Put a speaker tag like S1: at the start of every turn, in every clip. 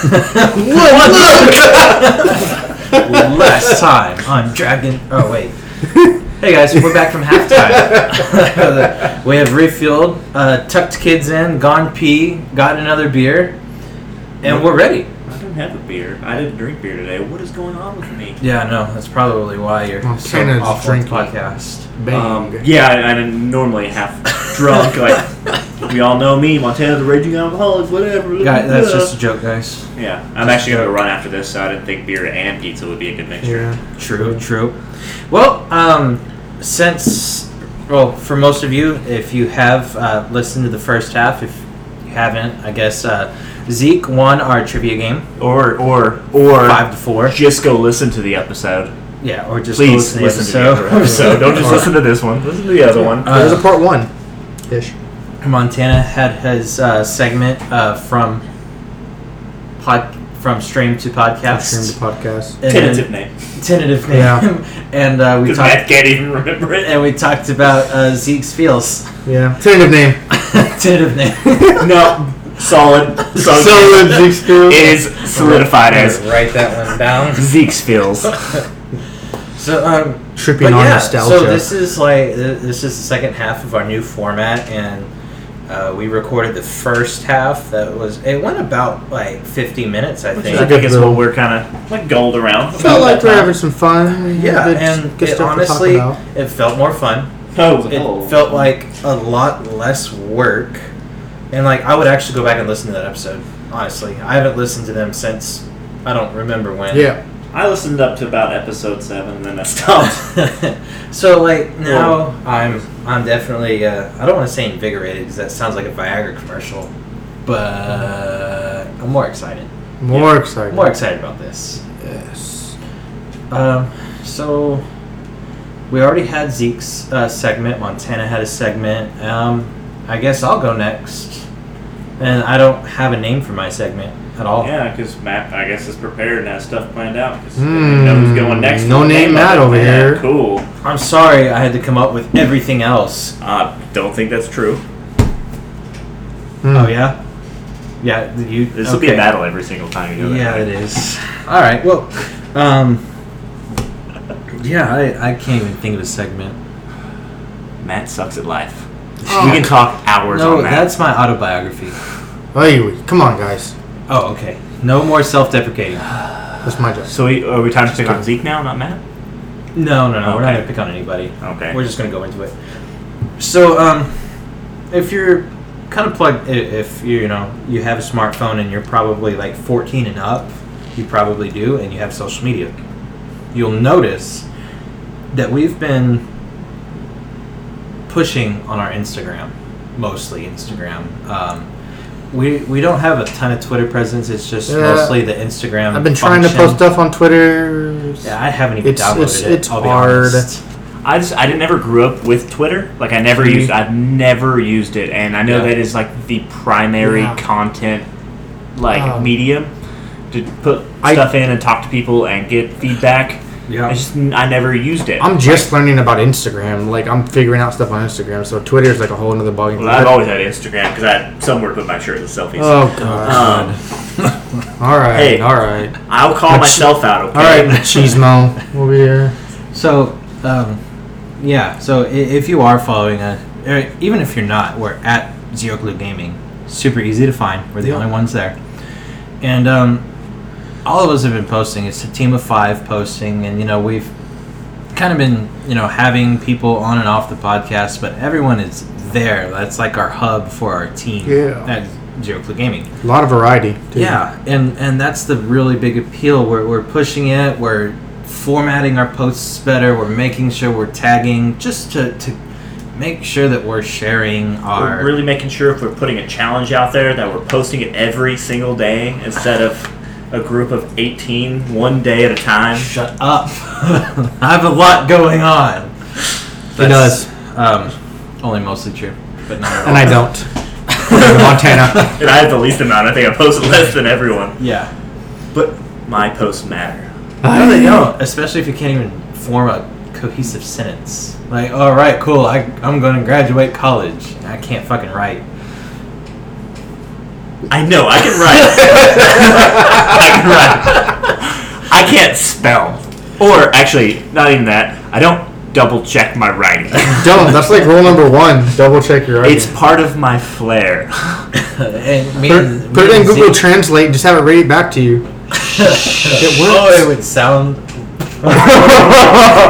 S1: One
S2: Last time on Dragon. Oh wait. Hey guys, we're back from halftime. we have refueled, uh, tucked kids in, gone pee, got another beer, and we're ready.
S3: I didn't have a beer. I didn't drink beer today. What is going on with me?
S2: Yeah, no, that's probably why you're
S4: Well,
S2: so
S4: Kenneth's
S2: awful
S4: drinking.
S2: at the podcast.
S4: Bang.
S3: Um, yeah, I, I'm normally half drunk. Like we all know me, Montana the raging alcoholic, whatever.
S2: Guy, that's
S3: blah.
S2: just a joke, guys.
S3: yeah. I'm actually gonna run after this, so I didn't think beer and pizza would be a good mixture.
S4: yeah.
S2: True, true. Well, um, since, well, for most of you, if you have uh, listened to the first half, if you haven't, I guess uh, Zeke won our trivia game
S3: Or or or
S2: five to four.
S3: just go listen to the episode.
S2: Yeah, or just
S3: Please
S2: go
S3: listen to the
S2: episode.
S3: other episode. Don't just
S2: Or-
S3: listen to this one. Listen to the other one.
S2: Uh,
S4: There's a part one. Ish.
S2: Montana had his uh, segment uh, from pod from stream to
S4: Stream the
S2: podcast.
S4: podcast.
S2: And
S3: Tentative name
S2: tentative name.
S4: Yeah.
S2: and uh, we
S3: because
S2: talked
S3: Matt can't even remember it.
S2: and we talked about uh, Zeke's feels.
S4: Yeah. Tentative name.
S2: tentative name.
S3: no, solid. solid.
S4: Solid Zeke's feels.
S3: It is solidified as
S2: write that one down.
S3: Zeke's feels.
S2: So um,
S4: Tripping
S2: but
S4: on
S2: yeah,
S4: nostalgia.
S2: so this is like th- this is the second half of our new format, and uh, we recorded the first half that was it went about like fifty minutes, I
S3: Which
S2: think.
S3: I think is
S4: Little-
S3: what we're kind of like gold around.
S4: felt like we're having some fun.
S2: Yeah,
S4: Good-
S2: and
S4: good
S2: it
S4: stuff to talk
S2: honestly,
S4: about.
S2: it felt more fun.
S3: Oh,
S2: It felt like a lot less work, and like I would actually go back and listen to that episode. Honestly, I haven't listened to them since I don't remember when.
S4: Yeah.
S3: I listened up to about episode seven, and then I stopped.
S2: Um, so like now I'm I'm definitely uh, I don't want to say invigorated because that sounds like a Viagra commercial, but I'm more excited.
S4: More exciting.
S2: More excited about this.
S4: Yes.
S2: Um, so we already had Zeke's uh, segment. Montana had a segment. Um, I guess I'll go next. And I don't have a name for my segment at all.
S3: yeah, because Matt, I guess, is prepared and has stuff planned out. Because
S4: Hmm,
S3: know who's going next.
S4: no
S3: to the
S4: name Matt
S3: of it.
S4: over
S3: Yeah,
S4: here.
S3: Cool.
S2: I'm sorry I had to come up with everything else.
S3: Uh, don't think that's true.
S4: Hmm.
S2: Oh yeah, yeah. You.
S3: This will be a
S2: okay.
S3: battle every single time you know
S2: Yeah, it
S3: that.
S2: is. All right. Well, um, yeah, I, I can't even think of a segment.
S3: is. Matt sucks at life.
S4: Oh.
S3: We can talk hours
S2: No,
S3: on that.
S2: that's my autobiography.
S4: Hey, come on, guys.
S2: Oh, okay. No more self-deprecating.
S4: That's my job.
S3: so we, are we time to pick on Zeke now, not Matt?
S2: No, no, no. We're not
S3: Okay.
S2: gonna pick on anybody.
S3: Okay.
S2: We're just gonna go into it. So, um, if you're kind of plugged, i- if you you know you have a smartphone and you're probably like 14 and up, you probably do, and you have social media, you'll notice that we've been pushing on our Instagram, mostly Instagram. Um, we, we don't have a ton of Twitter presence. It's just
S4: Yeah.
S2: mostly the Instagram.
S4: I've been trying to
S2: function.
S4: post stuff on Twitter.
S2: Yeah, I haven't even
S4: It's-
S2: downloaded
S4: it's-
S2: it.
S4: it's
S2: I'll be
S4: hard.
S2: honest.
S3: I just I didn't never grew up with Twitter. Like I never
S4: Mhm.
S3: used I've never used it and I know
S2: Yeah.
S3: that is like the primary
S4: Yeah.
S3: content like
S4: Um,
S3: medium to put
S4: I-
S3: stuff in and talk to people and get feedback.
S2: Yeah.
S3: I just I never used it.
S4: I'm just learning about Instagram. Like I'm figuring out stuff on Instagram. So Twitter's like a whole nother ballgame.
S3: well, I've always had Instagram because I had somewhere to put my shirtless selfies.
S4: oh god.
S3: um,
S4: all right.
S3: hey.
S4: All right.
S3: I'll call
S4: Machi-
S3: myself out.
S4: All right.
S3: Okay.
S4: Machismo over here.
S2: So, um, yeah. So i- if you are following us, or even if you're not, we're at Zero Clue Gaming. Super easy to find. We're the
S4: Yeah.
S2: only ones there. And um, all of us have been posting. It's a team of five posting, and you know we've kind of been you know having people on and off the podcast, but everyone is there. That's like our hub for our team
S4: Yeah.
S2: at Zero Clue Gaming.
S4: A lot of variety. Too.
S2: Yeah, and and that's the really big appeal. We're we're pushing it. We're formatting our posts better. We're making sure we're tagging just to to make sure that we're sharing our.
S3: We're really making sure if we're putting a challenge out there that we're posting it every single day instead of a group of 18 one day at a time.
S2: shut up! I have a lot going on.
S4: He does.
S2: Um, only mostly true, but not. at
S4: And I
S2: all.
S4: don't. Montana.
S3: And I have the least amount. I think I post less than everyone.
S2: Yeah.
S3: But my posts matter.
S2: No, they don't. Especially if you can't even form a cohesive sentence. Like, all right, cool. I I'm going to graduate college. I can't fucking write.
S3: I know, I can write. I can't spell. Or actually, not even that. I don't double check my writing.
S4: Don't. That's like rule number one. Double check your writing.
S3: It's part of my flair.
S2: and me and-
S4: put,
S2: me
S4: put it in
S2: and
S4: Google
S2: Z-
S4: Translate. and Just have it read it back to you. it
S2: Oh,
S4: works.
S2: it would sound.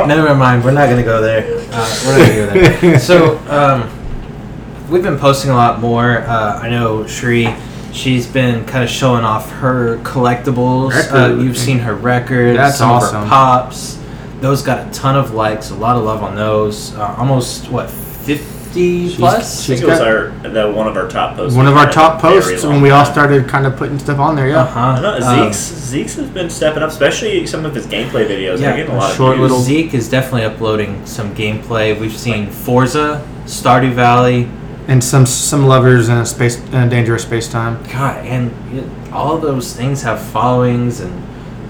S2: Never mind. We're not gonna go there. Uh, we're not gonna go there. So, um, we've been posting a lot more. Uh, I know Shri. She's been kind of showing off her collectibles. Uh,
S4: Record.
S2: you've seen her records.
S4: That's
S2: some of her
S4: awesome.
S2: pops. Those got a ton of likes. A lot of love on those. Uh, almost what fifty
S4: She's-
S2: plus.
S4: she's-
S3: it was our the, uh, one of our top posts.
S4: One of our
S3: Very
S4: top posts when we all uh,
S3: long.
S4: started kind of putting stuff on there. Yeah.
S2: uh-huh.
S3: I know,
S2: Um,
S3: Zeke's Zeke's has been stepping up, especially some of his gameplay videos.
S2: Yeah,
S3: They're getting a lot
S4: short
S3: of views.
S4: little-
S2: Zeke is definitely uploading some gameplay. We've seen Forza, Stardew Valley,
S4: And some some lovers in a space in a dangerous space time.
S2: God, and y- all those things have followings. And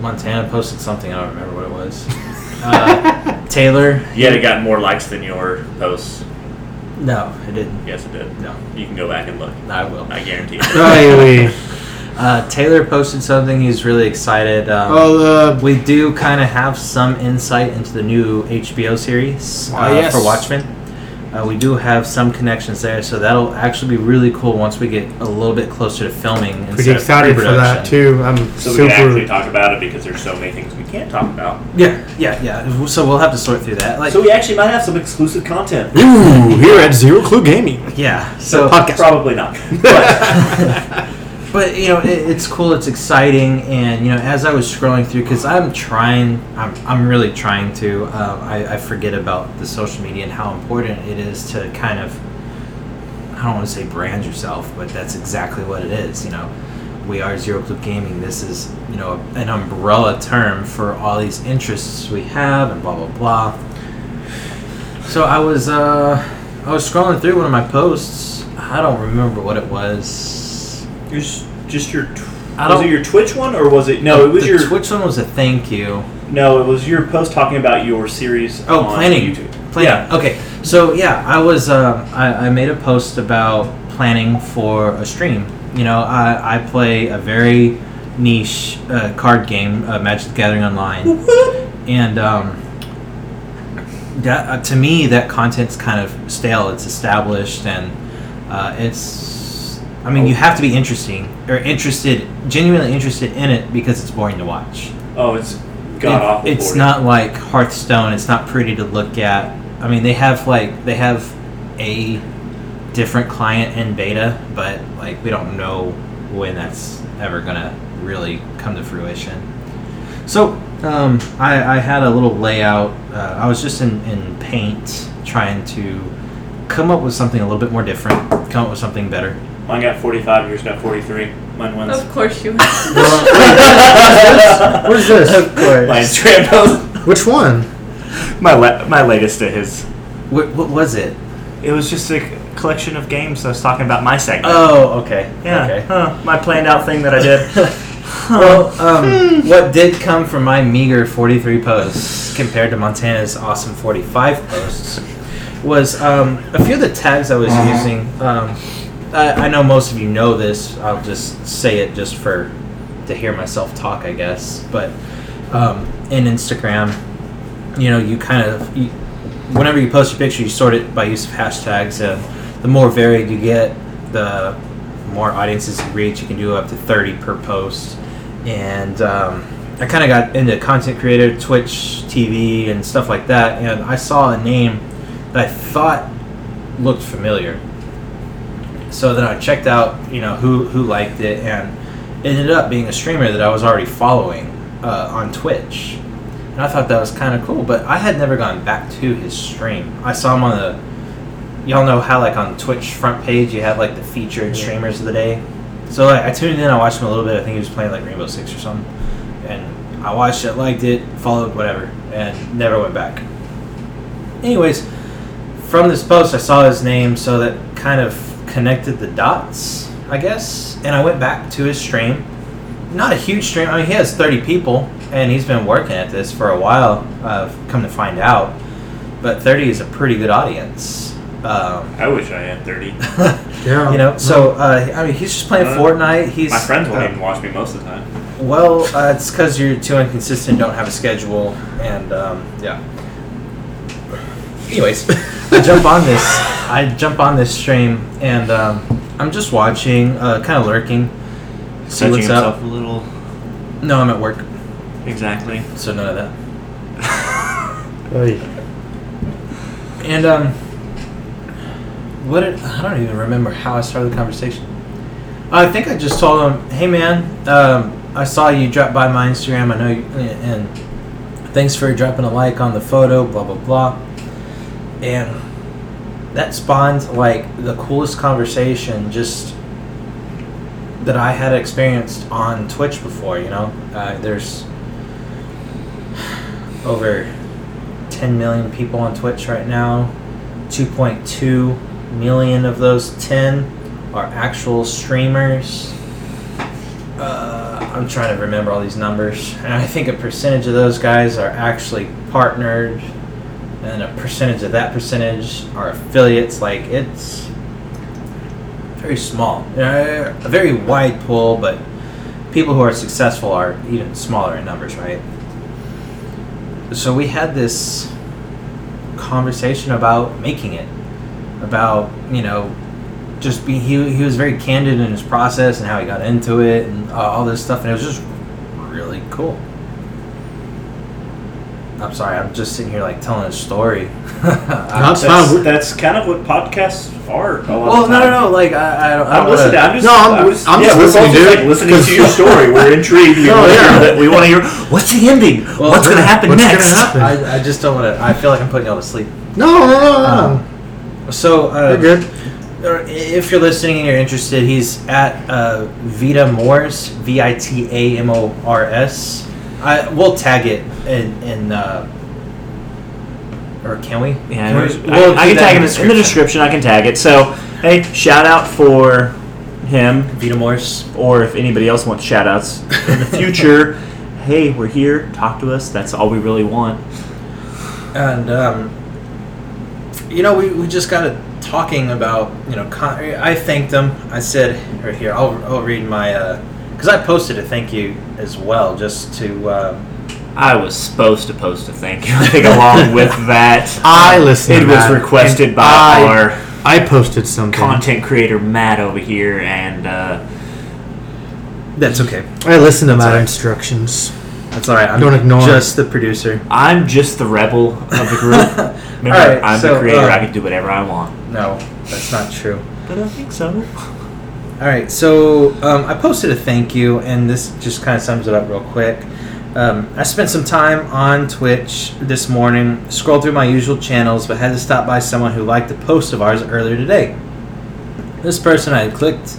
S2: Montana posted something. I don't remember what it was. Uh, Taylor?
S3: Yet it got more likes than your posts.
S2: No, it didn't.
S3: Yes, it did.
S2: No,
S3: You can go back and look.
S2: I will.
S3: I guarantee it.
S4: Riley.
S2: Uh, Taylor posted something. He's really excited. Um,
S4: Oh the
S2: We do kind of have some insight into the new HBO series uh,
S4: Ah, yes.
S2: for Watchmen. Uh, we do have some connections there, so that'll actually be really cool once we get a little bit closer to filming.
S4: pretty
S2: instead of
S4: excited for
S2: pre-production.
S4: that too. I'm
S3: So we can actually
S4: super.
S3: talk about it because there's so many things we can't talk about.
S2: Yeah, yeah, yeah. So we'll have to sort through that. Like,
S3: So we actually might have some exclusive content.
S4: Ooh, here at Zero Clue Gaming.
S2: yeah. So,
S4: Podcast.
S3: Probably not.
S2: but you know, it, it's cool. It's exciting, and you know, as I was scrolling through, because I'm trying, I'm, I'm really trying to. Uh, I, I forget about the social media and how important it is to kind of I don't want to say brand yourself, but that's exactly what it is. You know, we are Zero Club Gaming. This is you know an umbrella term for all these interests we have, and blah blah blah. So I was uh, I was scrolling through one of my posts. I don't remember what it was.
S3: Just, just your. Tw-
S2: I
S3: was
S2: don't-
S3: it your Twitch one or was it? No, it was
S2: the
S3: your.
S2: Twitch one was a thank you.
S3: no, it was your post talking about your series.
S2: Oh,
S3: on
S2: planning.
S3: YouTube.
S2: Planning. Okay. So yeah, I was. Uh, I, I made a post about planning for a stream. You know, I, I play a very niche uh, card game, uh, Magic the Gathering Online, and um, that, uh, to me, that content's kind of stale. It's established, and uh, it's. I mean, you have to be interesting or interested, genuinely interested in it because it's boring to watch.
S3: Oh, it's god
S2: It-
S3: awful.
S2: It's
S3: boring.
S2: not like Hearthstone. It's not pretty to look at. I mean, they have like they have a different client in beta, but like we don't know when that's ever gonna really come to fruition. So um, I, I had a little layout. Uh, I was just in, in Paint trying to come up with something a little bit more different, come up with something better.
S3: Mine got 45. Yours got 43. Mine wins.
S1: Of course you have.
S4: What is this?
S2: Of course.
S3: my Instagram post.
S4: Which one?
S3: My la- my latest to his.
S2: What, what was it?
S3: It was just a collection of games. I was talking about my segment.
S2: Oh, okay.
S3: yeah.
S2: Okay.
S3: Huh, my planned out thing that I did.
S2: Well, um, what did come from my meager 43 posts compared to Montana's awesome 45 posts was um, a few of the tags I was using. Um, I, I know most of you know this. I'll just say it just for to hear myself talk, I guess. But um, in Instagram, you know, you kind of you, whenever you post a picture, you sort it by use of hashtags. And the more varied you get, the more audiences you reach. You can do up to 30 per post. And um, I kind of got into content creator, Twitch TV, and stuff like that. And I saw a name that I thought looked familiar. So then I checked out, you know, who who liked it, and it ended up being a streamer that I was already following uh, on Twitch, and I thought that was kind of cool. But I had never gone back to his stream. I saw him on the, y'all know how like on Twitch front page you have like the featured streamers of the day. So like I tuned in, I watched him a little bit. I think he was playing like Rainbow Six or something, and I watched it, liked it, followed whatever, and never went back. Anyways, from this post, I saw his name, so that kind of connected the dots, I guess. And I went back to his stream. Not a huge stream. I mean, he has 30 people, and he's been working at this for a while. Uh, come to find out, but 30 is a pretty good audience. Um,
S3: I wish I had 30.
S4: Yeah.
S2: you know, so uh, I mean, he's just playing
S3: Uh,
S2: Fortnite. He's
S3: My friends won't
S2: uh,
S3: even watch me most of the time.
S2: Well, uh, it's because you're too inconsistent, don't have a schedule, and um, yeah. Anyways, I jump on this. I jump on this stream, and um, I'm just watching, uh, kind of lurking. See
S3: Touching
S2: what's
S3: himself
S2: up.
S3: a little.
S2: No, I'm at work,
S3: Exactly.
S2: so none of that.
S4: Oy.
S2: And um, what did, I don't even remember how I started the conversation. I think I just told him, "Hey man, um, I saw you drop by my Instagram. I know, you, and thanks for dropping a like on the photo. Blah blah blah." And that spawned like the coolest conversation just that I had experienced on Twitch before. You know, uh, there's over 10 million people on Twitch right now. 2.2 million of those 10 are actual streamers. Uh, I'm trying to remember all these numbers. And I think a percentage of those guys are actually partnered, and a percentage of that percentage are affiliates. Like, it's very small. Uh, a very wide pool, but people who are successful are even smaller in numbers, right? so we had this conversation about making it about you know just be he, he was very candid in his process and how he got into it and uh, all this stuff and it was just really cool i'm sorry i'm just sitting here like telling a story I-
S4: That's fine.
S3: That's,
S4: We're-
S3: that's kind of what podcasts are. A lot
S2: well
S3: of
S2: no
S3: time.
S2: no no like i i don't, I
S3: I'm
S2: don't
S3: listening.
S2: wanna-
S3: I'm just.
S4: No, I'm- I'm just
S3: yeah, we're
S4: listening,
S3: both just,
S4: dude.
S3: like listening to your
S4: Because-
S3: story. We're intrigued. We
S4: No,
S3: want to
S4: yeah.
S3: hear. That. We want to hear what's the ending.
S2: Well,
S3: what's going to happen
S4: what's gonna
S3: next?
S4: happen?
S2: I, I just don't want to i feel like i'm putting y'all to sleep
S4: No, no, no,
S3: Oh.
S4: no.
S2: so uh,
S4: We're good.
S2: Or if you're listening and you're interested, he's at uh, Vita Morris, V I T A M O R S. I we'll tag it in, in uh, or can we? Can
S3: Yeah,
S2: we-
S3: there's- I,
S2: we'll
S3: I
S2: do
S3: can
S2: that
S3: tag him in the description. I can tag it. So, hey, shout out for him,
S2: Vita Morris.
S3: or if anybody else wants shout outs in the future, hey, we're here. Talk to us. That's all we really want.
S2: and um, you know we, we just got to talking about you know con- i thanked them i said right here i'll, I'll read my because i posted a thank you as well just to uh,
S3: I was supposed to post a thank you. I think along with that,
S4: I listened.
S3: it
S4: to
S3: was
S4: that,
S3: requested
S4: and
S3: by
S4: I,
S3: our
S4: I posted something.
S3: content creator Matt over here, and uh,
S2: that's okay
S4: I listened to my
S2: all right.
S4: instructions.
S2: that's all right i'm
S4: Don't ignore
S2: just the producer
S3: I'm just the rebel of the group. Remember,
S2: Alright,
S3: I'm
S2: so,
S3: the creator.
S2: uh,
S3: I can do whatever I want.
S2: No, that's not true.
S3: But I think so.
S2: All right, so um, I posted a thank you, and this just kind of sums it up real quick. Um, I spent some time on Twitch this morning, scrolled through my usual channels, but had to stop by someone who liked a post of ours earlier today. This person I had clicked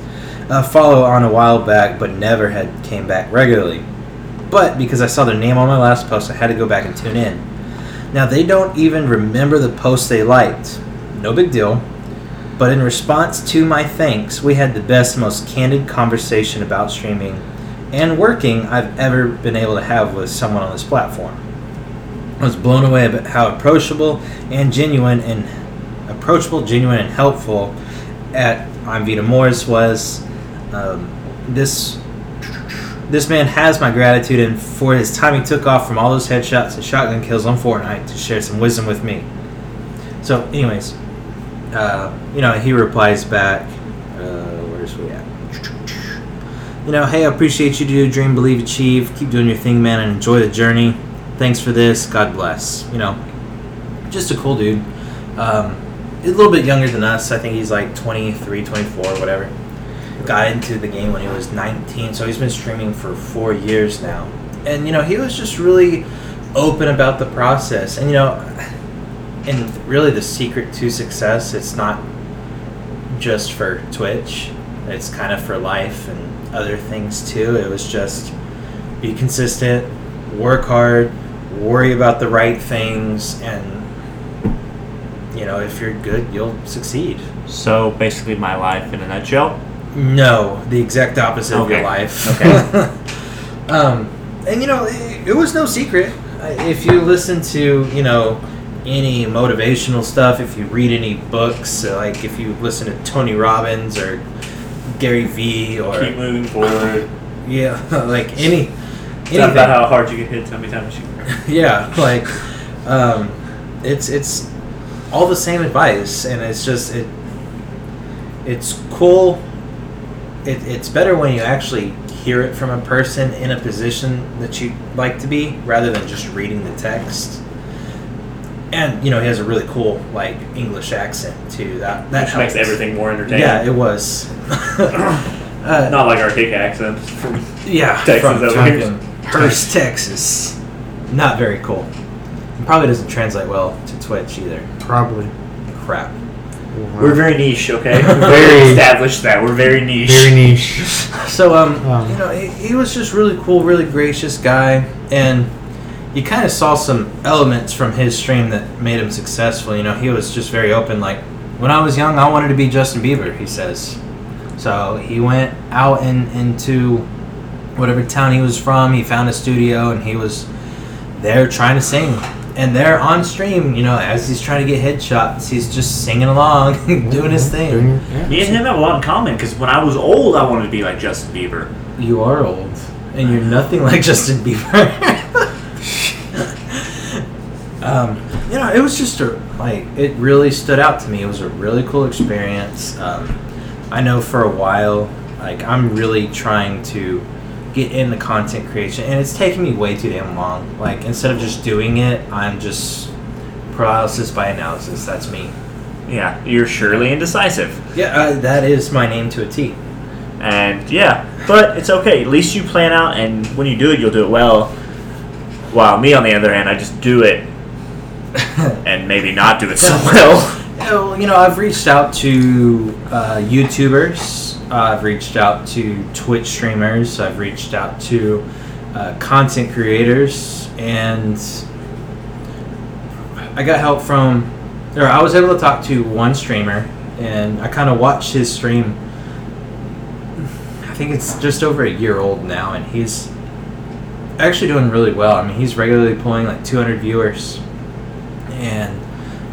S2: uh, follow on a while back, but never had came back regularly. But because I saw their name on my last post, I had to go back and tune in. Now they don't even remember the post they liked. No big deal. But in response to my thanks, we had the best, most candid conversation about streaming and working I've ever been able to have with someone on this platform. I was blown away about how approachable and genuine and approachable, genuine and helpful at I'm Vita Morris was. Um, this this man has my gratitude and for his time he took off from all those headshots and shotgun kills on Fortnite to share some wisdom with me. So, anyways, uh, you know, he replies back, uh, where's we at? You know, hey, I appreciate you do dream, believe, achieve. Keep doing your thing, man, and enjoy the journey. Thanks for this. God bless. You know, just a cool dude. Um, a little bit younger than us. I think he's like 23, 24, whatever. Got into the game when he was 19, so he's been streaming for four years now. And, you know, he was just really open about the process. And, you know, and really the secret to success it's not just for twitch it's kind of for life and other things too it was just be consistent work hard worry about the right things and you know if you're good you'll succeed
S3: So basically, my life in a nutshell.
S2: no the exact opposite of your
S3: Okay.
S2: life
S3: Okay.
S2: um, and you know it, it was no secret Uh, if you listen to you know any motivational stuff, if you read any books, uh, like if you listen to Tony Robbins or Gary Vee or
S3: Keep moving forward.
S2: yeah, like any
S3: Talk
S2: anything.
S3: about how hard you get hit, how many times you shoot.
S2: yeah, like um, it's it's all the same advice, and it's just it it's cool. It, it's better when you actually hear it from a person in a position that you like to be, rather than just reading the text. And you know he has a really cool like English accent too. That that
S3: Which makes
S2: helps.
S3: everything more entertaining.
S2: Yeah, it was. uh,
S3: Not like our hick accents from
S2: yeah,
S3: Texas
S2: from
S3: over here.
S2: fucking Hearst, Texas. Not very cool. And probably doesn't translate well to Twitch either.
S4: Probably.
S2: Crap.
S3: We're very niche, okay? We've
S4: Very.
S3: established that. We're very niche.
S4: very niche.
S2: So um,
S4: Um.
S2: you know, he, he was just really cool, really gracious guy, and you kind of saw some elements from his stream that made him successful. You know, he was just very open. Like when I was young, I wanted to be Justin Bieber. He says. So he went out and into whatever town he was from. He found a studio and he was there trying to sing. And there on stream, you know, as he's trying to get headshots, he's just singing along, doing his thing.
S4: Mm-hmm. Doing- yeah.
S3: Me and him have a lot in common because when I was old, I wanted to be like Justin Bieber.
S2: You are old, and you're nothing like Justin Bieber. um, you know, it was just a like it really stood out to me. It was a really cool experience. Um, I know for a while, like I'm really trying to get into content creation, and it's taking me way too damn long. Like instead of just doing it, I'm just paralysis by analysis. That's me.
S3: Yeah, you're surely indecisive.
S2: Yeah, uh, that is my name to a T.
S3: And yeah, but it's okay. At least you plan out, and when you do it, you'll do it well. While me, on the other hand, I just do it and maybe not do it so well.
S2: Yeah, well, you know, I've reached out to uh, YouTubers, uh, I've reached out to Twitch streamers, I've reached out to uh, content creators, and I got help from, or I was able to talk to one streamer, and I kind of watched his stream. I think it's just over a year old now, and he's actually doing really well. I mean, he's regularly pulling like 200 viewers, and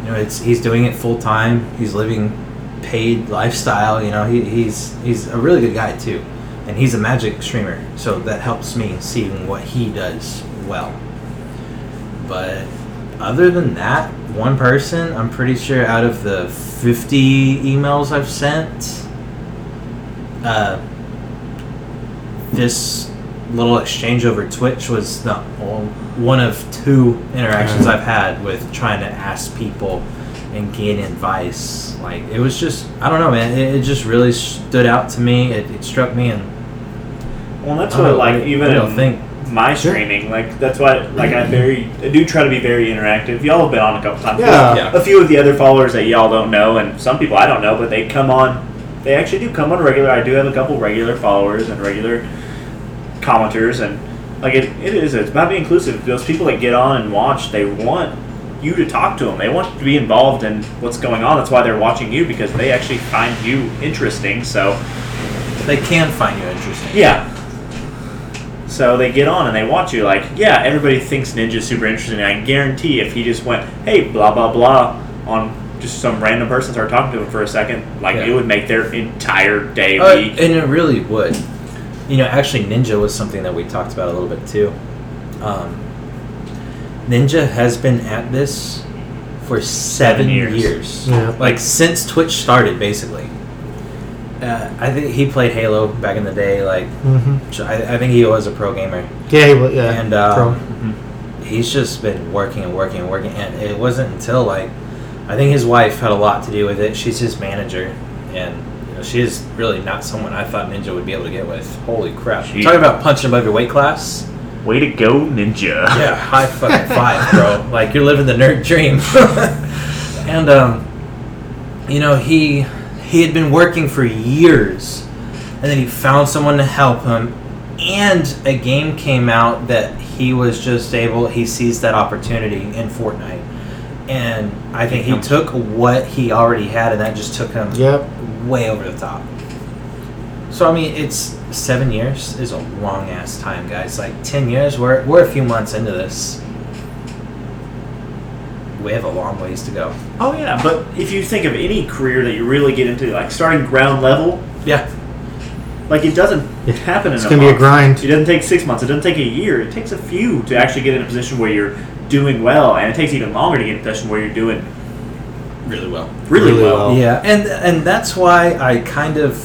S2: you know, it's he's doing it full time. He's living paid lifestyle. You know, he, he's he's a really good guy too, and he's a magic streamer, so that helps me seeing what he does well. But other than that, one person, I'm pretty sure out of the 50 emails I've sent, uh, this little exchange over Twitch was the o- one of two interactions I've had with trying to ask people and gain advice. Like it was just, I don't know, man. It, it just really stood out to me. It, it struck me, and
S3: Well, that's
S2: I
S3: what
S2: don't know,
S3: like
S2: what-
S3: even
S2: what y'all
S3: in
S2: think?
S3: my streaming, like that's why like I very I do try to be very interactive. Y'all have been on a couple times.
S4: Yeah.
S2: Yeah.
S3: A few of the other followers that y'all don't know, and some people I don't know, but they come on. They actually do come on regular. I do have a couple regular followers and regular commenters, and like it, it is. It's about being inclusive. Those people that get on and watch, they want you to talk to them. They want to be involved in what's going on. That's why they're watching you because they actually find you interesting. So
S2: they can find you interesting.
S3: yeah. So they get on and they watch you like, yeah, everybody thinks Ninja's super interesting. And I guarantee if he just went, hey, blah, blah, blah, on just some random person, started talking to him for a second, like
S2: Yeah.
S3: it would make their entire day,
S2: Uh,
S3: week.
S2: and it really would. You know, actually, Ninja was something that we talked about a little bit too. Um, Ninja has been at this for seven,
S3: Seven years.
S2: years.
S4: Yeah.
S2: Like since Twitch started, basically. Uh, I think he played Halo back in the day. Like,
S4: Mm-hmm.
S2: I, I think he was a pro gamer.
S4: Yeah, he will. Yeah.
S2: And, uh,
S4: Pro.
S3: Mm-hmm.
S2: He's just been working and working and working. And it wasn't until like, I think his wife had a lot to do with it. She's his manager, and you know, she is really not someone I thought Ninja would be able to get with. Holy crap!
S3: She-
S2: Talking about punching above your weight class.
S3: Way to go, Ninja.
S2: Yeah, high fucking five, bro. Like you're living the nerd dream. and um, you know he he had been working for years, and then he found someone to help him, and a game came out that he was just able. He seized that opportunity in Fortnite, and I think he took what he already had, and that just took him
S4: Yep.
S2: way over the top. So I mean, it's seven years is a long ass time, guys. Like ten years, we're we're a few months into this. we have a long ways to go.
S3: Oh yeah, but if you think of any career that you really get into, like starting ground level,
S2: Yeah,
S3: like it doesn't
S4: Yeah.
S3: happen. In
S4: It's
S3: a
S4: gonna be a
S3: month.
S4: grind.
S3: It doesn't take six months. It doesn't take a year. It takes a few to actually get in a position where you're doing well, and it takes even longer to get in a position where you're doing
S2: really well.
S3: really,
S4: Really
S3: well.
S4: well.
S2: Yeah, and and that's why I kind of,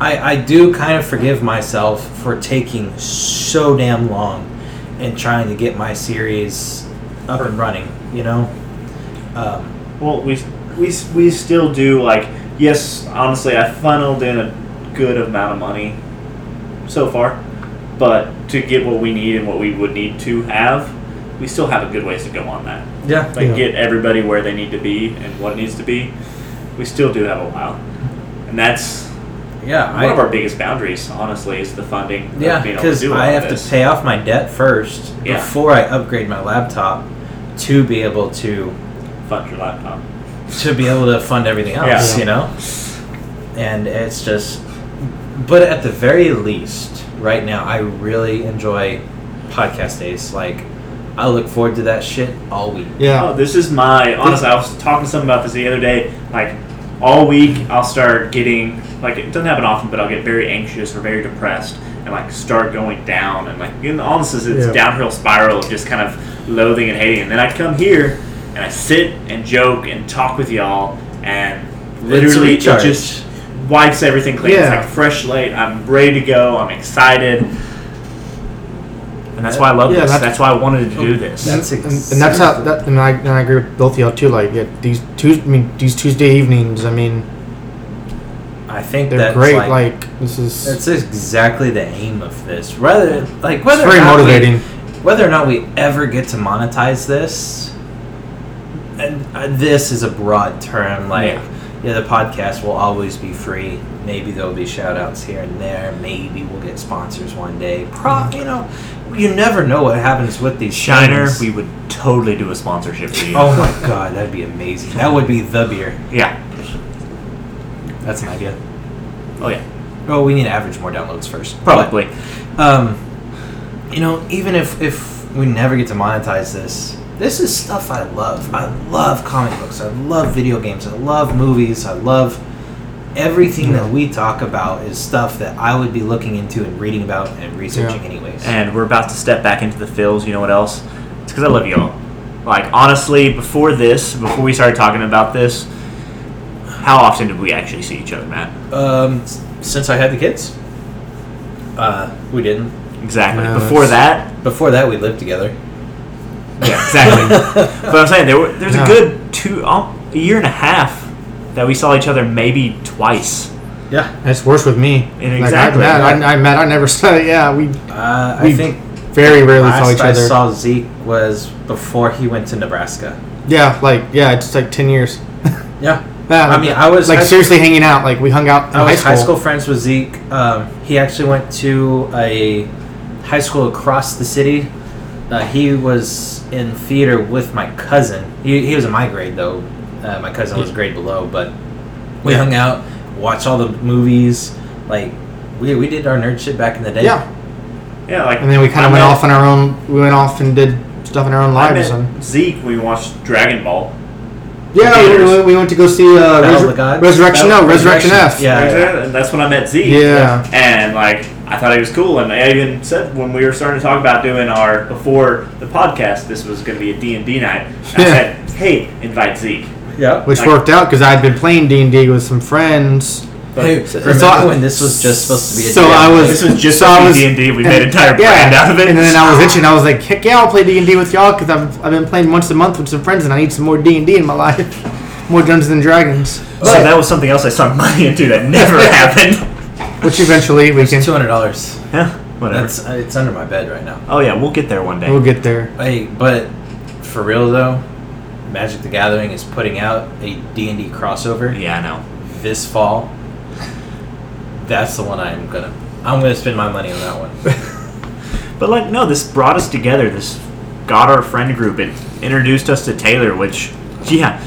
S2: I I do kind of forgive myself for taking so damn long, and trying to get my series up and running. You know, um,
S3: Well, we we we still do like yes. Honestly, I funneled in a good amount of money so far, but to get what we need and what we would need to have, we still have a good ways to go on that.
S2: yeah,
S3: like
S4: Yeah.
S3: get everybody where they need to be and what it needs to be, we still do have a while, and that's
S2: yeah.
S3: one of our biggest boundaries. Honestly, is the funding. of
S2: Yeah,
S3: being able to
S2: because
S3: do all
S2: I have
S3: this.
S2: to pay off my debt first
S3: Yeah.
S2: before I upgrade my laptop to be able to
S3: fund your laptop.
S2: to be able to fund everything else.
S4: Yeah.
S2: You know, and it's just. But at the very least, right now, I really enjoy podcast days. Like, I look forward to that shit all week.
S4: Yeah.
S3: Oh, this is my honestly. I was talking to someone about this the other day. Like all week, I'll start getting like it doesn't happen often, but I'll get very anxious or very depressed, and like start going down, and like you know, honestly, it's
S4: Yeah.
S3: downhill spiral of just kind of loathing and hating. And then I come here and I sit and joke and talk with y'all, and literally it
S2: recharge.
S3: just wipes everything clean.
S4: Yeah.
S3: It's like fresh slate. I'm ready to go. I'm excited. And that's why I love
S4: Yeah,
S3: this.
S4: that's-
S3: That's why I wanted to do this.
S2: That's
S4: and, and that's how that and I, and I agree with both of y'all too. Like yeah, these Tues I mean these Tuesday evenings. I mean
S2: I think
S4: they're
S2: that's
S4: great.
S2: like,
S4: Like, this is it's
S2: that's exactly the aim of this. Rather, like whether or
S4: very
S2: not we-
S4: motivating.
S2: whether or not we ever get to monetize this and uh, this is a broad term like
S3: Yeah.
S2: yeah. the podcast will always be free maybe there'll be shout outs here and there maybe we'll get sponsors one day Pro- you know you never know what happens with these
S3: Mm-hmm. Shiner,
S2: things.
S3: we would totally do a sponsorship for you.
S2: oh my god that'd be amazing that would be the beer
S3: yeah.
S2: that's an idea
S3: Oh yeah.
S2: well we need to average more downloads first But-
S3: Probably.
S2: um, you know, even if if we never get to monetize this, this is stuff I love. I love comic books. I love video games. I love movies. I love everything that we talk about is stuff that I would be looking into and reading about and researching
S4: Yeah.
S2: anyways.
S3: And we're about to step back into the fills. You know what else? It's because I love y'all. Like honestly, before this, before we started talking about this, how often did we actually see each other, Matt?
S2: um, s- since I had the kids, uh, we didn't.
S3: Exactly.
S4: Yeah,
S3: before that,
S2: Before that, we lived together.
S3: yeah, exactly. but I'm saying there were there's a
S4: Yeah.
S3: good two um, a year and a half that we saw each other maybe twice.
S2: yeah,
S4: It's worse with me.
S3: And
S4: Like,
S3: exactly,
S4: I, Matt,
S2: yeah.
S4: I, I, Matt, I never saw. Yeah, we
S2: uh, I
S4: We
S2: think
S4: very rarely saw
S2: last
S4: each
S2: I
S4: other.
S2: saw Zeke was before he went to Nebraska.
S4: yeah, like yeah, it's like ten years.
S2: Yeah,
S4: Yeah,
S2: I mean, I was
S4: Uh, like
S2: high-
S4: seriously hanging out. Like we hung out in
S2: I
S4: high
S2: was
S4: school.
S2: high school friends with Zeke. Um, he actually went to a high school across the city. Uh, he was in theater with my cousin. He, he was in my grade though. Uh, my cousin was a grade below, but we hung out, watched all the movies. Like we, we did our nerd shit back in the day.
S4: Yeah,
S3: Yeah, like
S4: and then we kind
S3: I
S4: of went
S3: met-
S4: off on our own. We went off and did stuff in our own
S3: I
S4: lives. And
S3: met Zeke when we watched Dragon Ball.
S4: yeah, we,
S3: Theaters.
S4: we- we went to go see uh,
S2: Battle of
S4: Resur-
S2: the Gods?
S4: Resurrection.
S3: Battle-
S4: no, Resurrection, F.
S2: Resurrection, yeah.
S3: Exactly, and that's when I met Zeke.
S4: Yeah.
S3: And like I thought he was cool, and I even said when we were starting to talk about doing our before the podcast, this was going to be a D and D night. And I
S4: Yeah.
S3: said, "Hey, invite Zeke."
S2: yeah.
S4: which
S3: Like-
S4: worked out because I had been playing D and D with some friends.
S3: But
S2: Hey,
S4: so-
S2: remember
S4: so I-
S2: when this was just supposed to be? A
S4: so
S2: DM?
S4: I was-
S3: this was just
S4: so I was-
S3: D and D. We
S4: and-
S3: made an entire brand out of it.
S4: And then I was itching. I was like, heck yeah, I'll play D and D with y'all because I've, I've been playing once a month with some friends, and I need some more D and D in my life, more Dungeons and Dragons.
S3: so that was something else I sunk money into that never happened.
S4: Which eventually we can.
S2: two hundred dollars.
S3: Yeah, whatever.
S2: That's uh, it's under my bed right now.
S3: oh yeah, we'll get there one day.
S4: We'll get there.
S2: Hey, but for real though, Magic the Gathering is putting out a D&D crossover
S3: yeah, I know.
S2: this fall. That's the one I'm gonna. I'm gonna spend my money on that one.
S3: But like, no, this brought us together. This got our friend group. It introduced us to Taylor, which, yeah,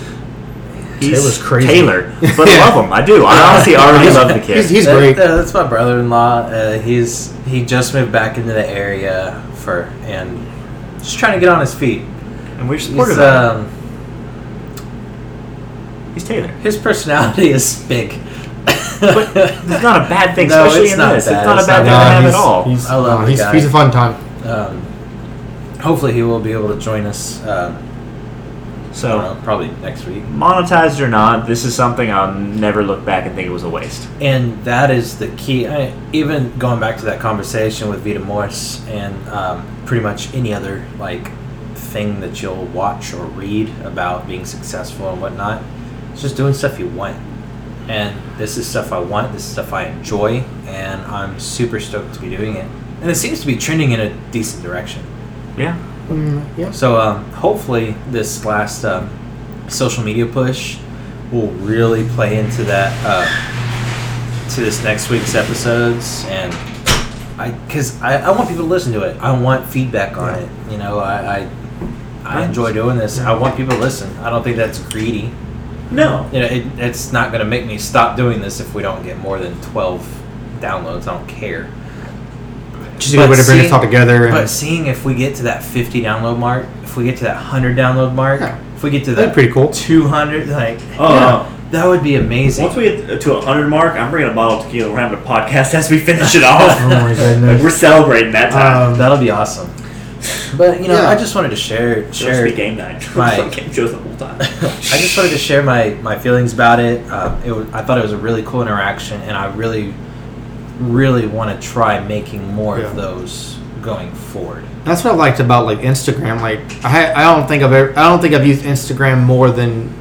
S3: he's
S4: Taylor's crazy.
S3: Taylor, but I
S4: Yeah.
S3: love him. I do. I honestly already love the kid.
S4: He's, he's
S2: That-
S4: great.
S2: uh, that's my brother-in-law. Uh, he's he just moved back into the area for and just trying to get on his feet.
S3: and we're supportive.
S2: He's,
S4: uh,
S2: um,
S3: of him. He's Taylor.
S2: his personality is big.
S3: But it's not a bad thing,
S2: No,
S3: especially
S2: it's
S3: in
S2: not
S3: this.
S2: bad.
S3: It's not
S2: It's
S3: a
S2: not
S3: bad thing
S2: bad.
S3: to have
S4: he's,
S3: at all.
S4: He's,
S2: I love
S4: no,
S2: the
S4: he's,
S2: guy.
S4: he's a fun time.
S2: um, hopefully, he will be able to join us. Uh, I
S3: so,
S2: don't know, probably next week.
S3: monetized or not, this is something I'll never look back and think it was a waste.
S2: And that is the key. I, even going back to that conversation with Vita Morse and um, pretty much any other like thing that you'll watch or read about being successful and whatnot, it's just doing stuff you want. And this is stuff I want. This is stuff I enjoy, and I'm super stoked to be doing it. And it seems to be trending in a decent direction.
S3: Yeah.
S4: Mm, yes.
S2: So um, hopefully, this last um, social media push will really play into that uh, to this next week's episodes, and I because I, I want people to listen to it. I want feedback on it. You know, I. I I enjoy doing this. I want people to listen. I don't think that's greedy.
S3: No.
S2: You know, it, it's not going to make me stop doing this if we don't get more than twelve downloads. I don't care.
S4: Just a good way to bring us all together.
S2: But
S4: And,
S2: seeing if we get to that 50 download mark, if we get to that 100 download mark,
S4: Yeah.
S2: if we get to
S4: That'd
S2: that
S4: be pretty cool.
S2: 200, like,
S3: Oh,
S2: yeah, that would be amazing.
S3: Once we get to a 100 mark, I'm bringing a bottle of tequila. We're having a podcast as we finish it off.
S4: oh my
S3: like, we're
S4: goodness.
S3: celebrating that time.
S4: Um,
S2: That'll be awesome. But you know,
S4: Yeah.
S2: I just wanted to share
S3: It'll just
S2: share.
S3: be game night.
S2: Right.
S3: game shows the whole time.
S2: I just wanted to share my my feelings about it. Um, it was, I thought it was a really cool interaction, and I really, really want to try making more
S4: Yeah.
S2: of those going forward.
S4: That's what I liked about like Instagram. Like I, I don't think I've ever, I don't think I've used Instagram more than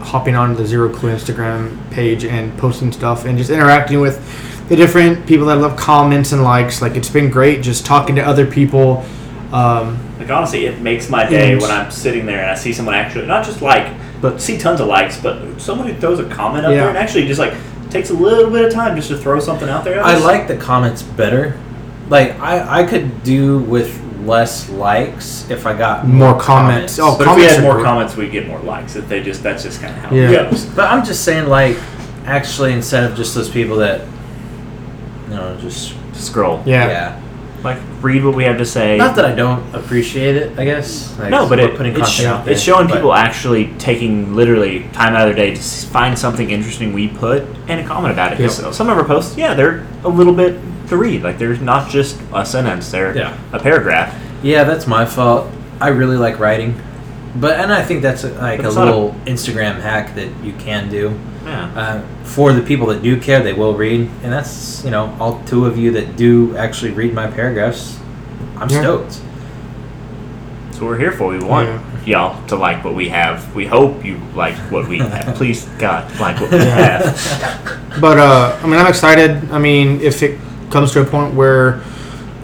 S4: hopping on the Zero Clue Instagram page and posting stuff and just interacting with the different people that love comments and likes. Like it's been great just talking to other people. Um,
S3: Like honestly, it makes my day
S4: Mm.
S3: when I'm sitting there and I see someone actually not just like, but see tons of likes, but someone who throws a comment up
S4: Yeah.
S3: there and actually just like takes a little bit of time just to throw something out there.
S2: I like the comments better. Like I, I could do with less likes if I got
S4: More comments. Oh,
S3: But if we
S4: Comments
S3: had
S4: are
S3: more
S4: good.
S3: comments, we'd get more likes. If they just that's just kind of how
S4: Yeah.
S3: it goes.
S2: but I'm just saying, like, actually, instead of just those people that, you know, just
S3: Scroll.
S4: yeah.
S2: yeah.
S3: Like read what we have to say.
S2: Not that I don't appreciate it. I guess. Like,
S3: no, but
S2: we're
S3: it, it's,
S2: content out
S3: it's
S2: there,
S3: showing
S2: but-
S3: people actually taking literally time out of their day to s- find something interesting we put and a comment about it. 'Cause
S4: Yeah.
S3: Some of our posts, yeah, they're a little bit to read. Like they're not just a sentence; they're
S2: Yeah.
S3: a paragraph.
S2: Yeah, that's my fault. I really like writing, but and I think that's like
S3: But
S2: a
S3: it's not a-
S2: little Instagram hack that you can do.
S3: Yeah.
S2: Uh, for the people that do care, they will read, and that's you know all two of you that do actually read my paragraphs. I'm
S4: Yeah.
S2: stoked.
S3: That's what we're here for. We want y'all to like what we have. We hope you like what we have. Please, God, like what we
S4: Yeah.
S3: have.
S4: But uh, I mean, I'm excited. I mean, if it comes to a point where,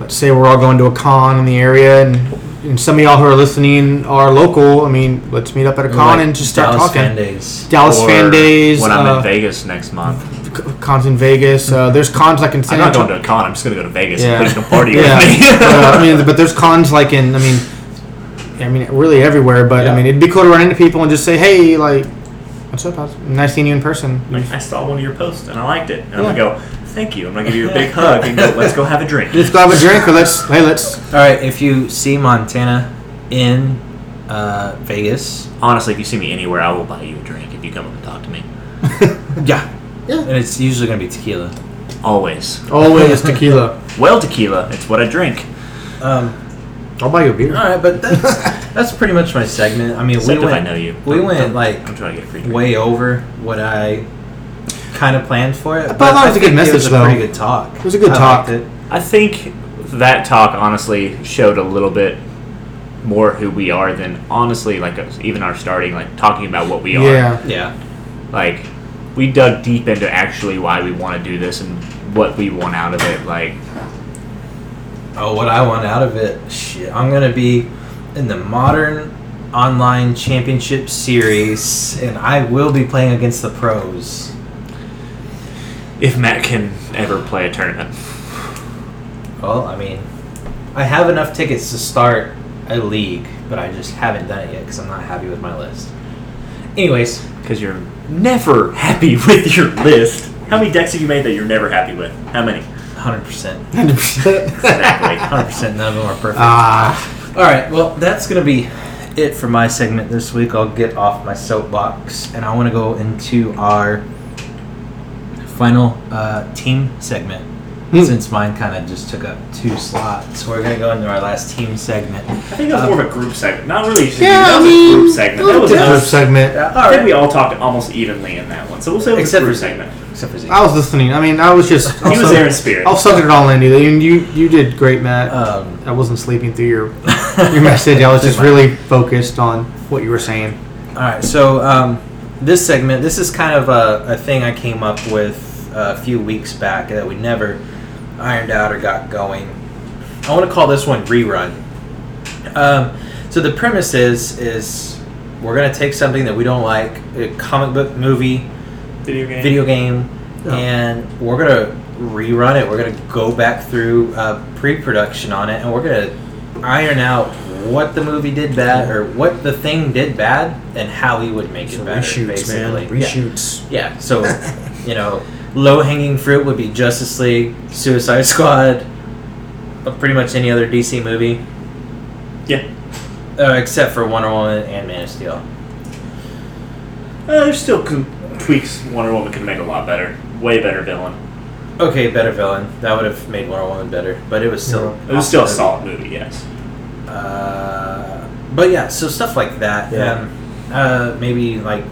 S4: let's say, we're all going to a con in the area, and, and some of y'all who are listening are local, I mean, let's meet up at a con
S2: Like
S4: and just start
S2: Dallas
S4: talking.
S2: Fan Days.
S4: Dallas Fan
S3: Or
S4: Days,
S3: When I'm
S4: uh,
S3: in Vegas next month,
S4: c- cons in Vegas. Uh, there's cons like in
S3: I'm
S4: San
S3: not
S4: Antonio.
S3: going to a con. I'm just going to go to Vegas
S4: Yeah.
S3: and please come party
S4: yeah,
S3: with me.
S4: but, uh, I mean, but there's cons like in, I mean, I mean, really everywhere. But
S2: Yeah.
S4: I mean, it'd be cool to run into people and just say, hey, like, what's up? How's- Nice seeing you in person.
S3: Like, I saw one of your posts and I liked it, and I'm
S4: Yeah.
S3: gonna go, thank you. I'm gonna give you a big hug and go, let's go have a drink.
S4: Let's go have a drink, or let's hey, let's
S2: All right, if you see Montana in uh, Vegas,
S3: Honestly, if you see me anywhere, I will buy you a drink if you come up and talk to me.
S2: yeah,
S4: Yeah.
S2: and it's usually gonna be tequila.
S3: Always.
S4: always tequila.
S3: Well, tequila. It's what I drink.
S2: Um,
S4: I'll buy you a beer.
S2: all right, but that's that's pretty much my segment. I mean,
S3: Except
S2: we
S3: if
S2: went
S3: I know you.
S2: we
S3: Don't-
S2: went
S3: don't-
S2: like
S3: I'm trying to get a free drink.
S2: way over what I kind of planned for it.
S4: But that was a good
S2: think
S4: message,
S2: It was a
S4: though.
S2: pretty good talk. It
S4: was a good talk.
S2: It.
S3: I think that talk honestly showed a little bit more who we are than honestly, like uh, even our starting, like talking about what we are.
S4: Yeah.
S2: Yeah,
S3: like we dug deep into actually why we want to do this and what we want out of it like
S2: Oh, what I want out of it, shit. I'm gonna be in the modern online championship series, and I will be playing against the pros.
S3: if matt can ever play a tournament
S2: Well, I mean, I have enough tickets to start a league, but I just haven't done it yet because I'm not happy with my list. Anyways,
S3: because you're never happy with your list how many decks have you made that you're never happy with how many
S2: 100%.
S4: Hundred percent.
S3: exactly
S2: 100% none of them are perfect.
S4: Ah,
S2: All right, well, that's going to be it for my segment this week. I'll get off my soapbox and I want to go into our final uh, team segment
S4: Hmm.
S2: since mine kind of just took up two slots. We're going to go into our last team segment.
S3: I think it was more of a group segment. Not really.
S4: Yeah, I
S3: that was
S4: mean,
S3: a group segment. That was
S4: group
S3: us.
S4: segment.
S2: Uh,
S3: I think we all talked almost evenly in that one. So we'll say it was
S2: Except
S3: a group
S2: for-
S3: segment.
S2: Except for Z.
S4: I was listening. I mean, I was just.
S3: He was there in spirit.
S4: I'll suck it all in, dude. And you, you did great, Matt.
S2: Um,
S4: I wasn't sleeping through your your message. I was just really focused on what you were saying.
S2: All right, so um, this segment, this is kind of a, a thing I came up with a few weeks back that we never ironed out or got going. I want to call this one rerun. Um, so the premise is is we're gonna take something that we don't like, a comic book movie,
S3: Video game.
S2: video game,
S4: Yeah.
S2: and we're gonna rerun it. We're gonna go back through uh, pre-production on it, and we're gonna iron out what the movie did bad or what the thing did bad and how we would make it better. basically, Yeah.
S1: Reshoots.
S2: Yeah. So, you know, low hanging fruit would be Justice League, Suicide Squad, uh, pretty much any other DC movie,
S3: Yeah.
S2: uh, except for Wonder Woman and Man of Steel.
S3: Uh, there's still com- tweaks Wonder Woman could make a lot better. Way better villain.
S2: Okay, better villain. That would have made Wonder Woman better, but it was still
S3: It was still a
S2: awesome.
S3: solid movie, yes.
S2: Uh, but yeah, so stuff like that.
S1: Yeah.
S2: Um, uh, maybe like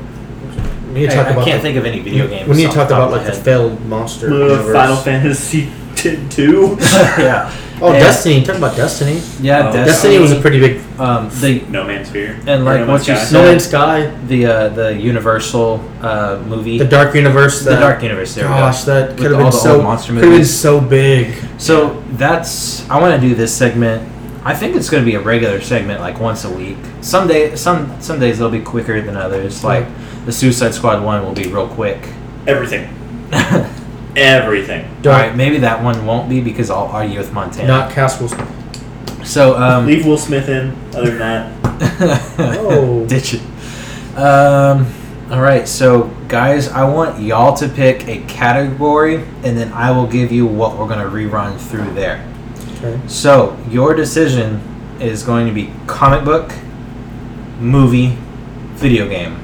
S1: We need to
S2: I,
S1: talk
S2: I
S1: about
S2: can't
S1: the,
S2: think of any video games.
S1: We need to
S2: off
S1: talk
S2: the top
S1: about
S2: of my
S1: like the
S2: head.
S1: failed monster.
S3: Uh,
S1: universe.
S3: Final Fantasy 2.
S2: yeah.
S1: Oh,
S2: Yeah.
S1: Destiny. Talk about Destiny.
S2: Yeah,
S3: Oh,
S1: Destiny
S2: Destiny.
S1: was a pretty big.
S2: um, the
S3: no Man's Fear.
S2: And like
S3: No Man's
S2: what you
S3: Sky.
S2: said-
S1: No Man's Sky,
S2: the uh, the Universal uh, movie,
S1: the Dark Universe.
S2: The
S1: that-
S2: Dark Universe. There we go.
S1: Gosh, that
S2: With
S1: could have
S2: all
S1: been
S2: the
S1: so
S2: old monster
S1: could have been
S2: movies.
S1: so big.
S2: So that's I want to do this segment. I think it's going to be a regular segment, like once a week. Some day, some some days they'll be quicker than others. Like the Suicide Squad one will be real quick.
S3: Everything.
S2: All
S3: Everything.
S1: Dark,
S2: right, maybe that one won't be because I'll argue with Montana.
S1: not Castles.
S2: So um,
S3: Leave Will Smith in. Other than that,
S1: Oh.
S2: Ditch it. Um, all right, so guys, I want y'all to pick a category, and then I will give you what we're gonna rerun through there.
S1: Okay.
S2: So your decision is going to be comic book, movie, video game.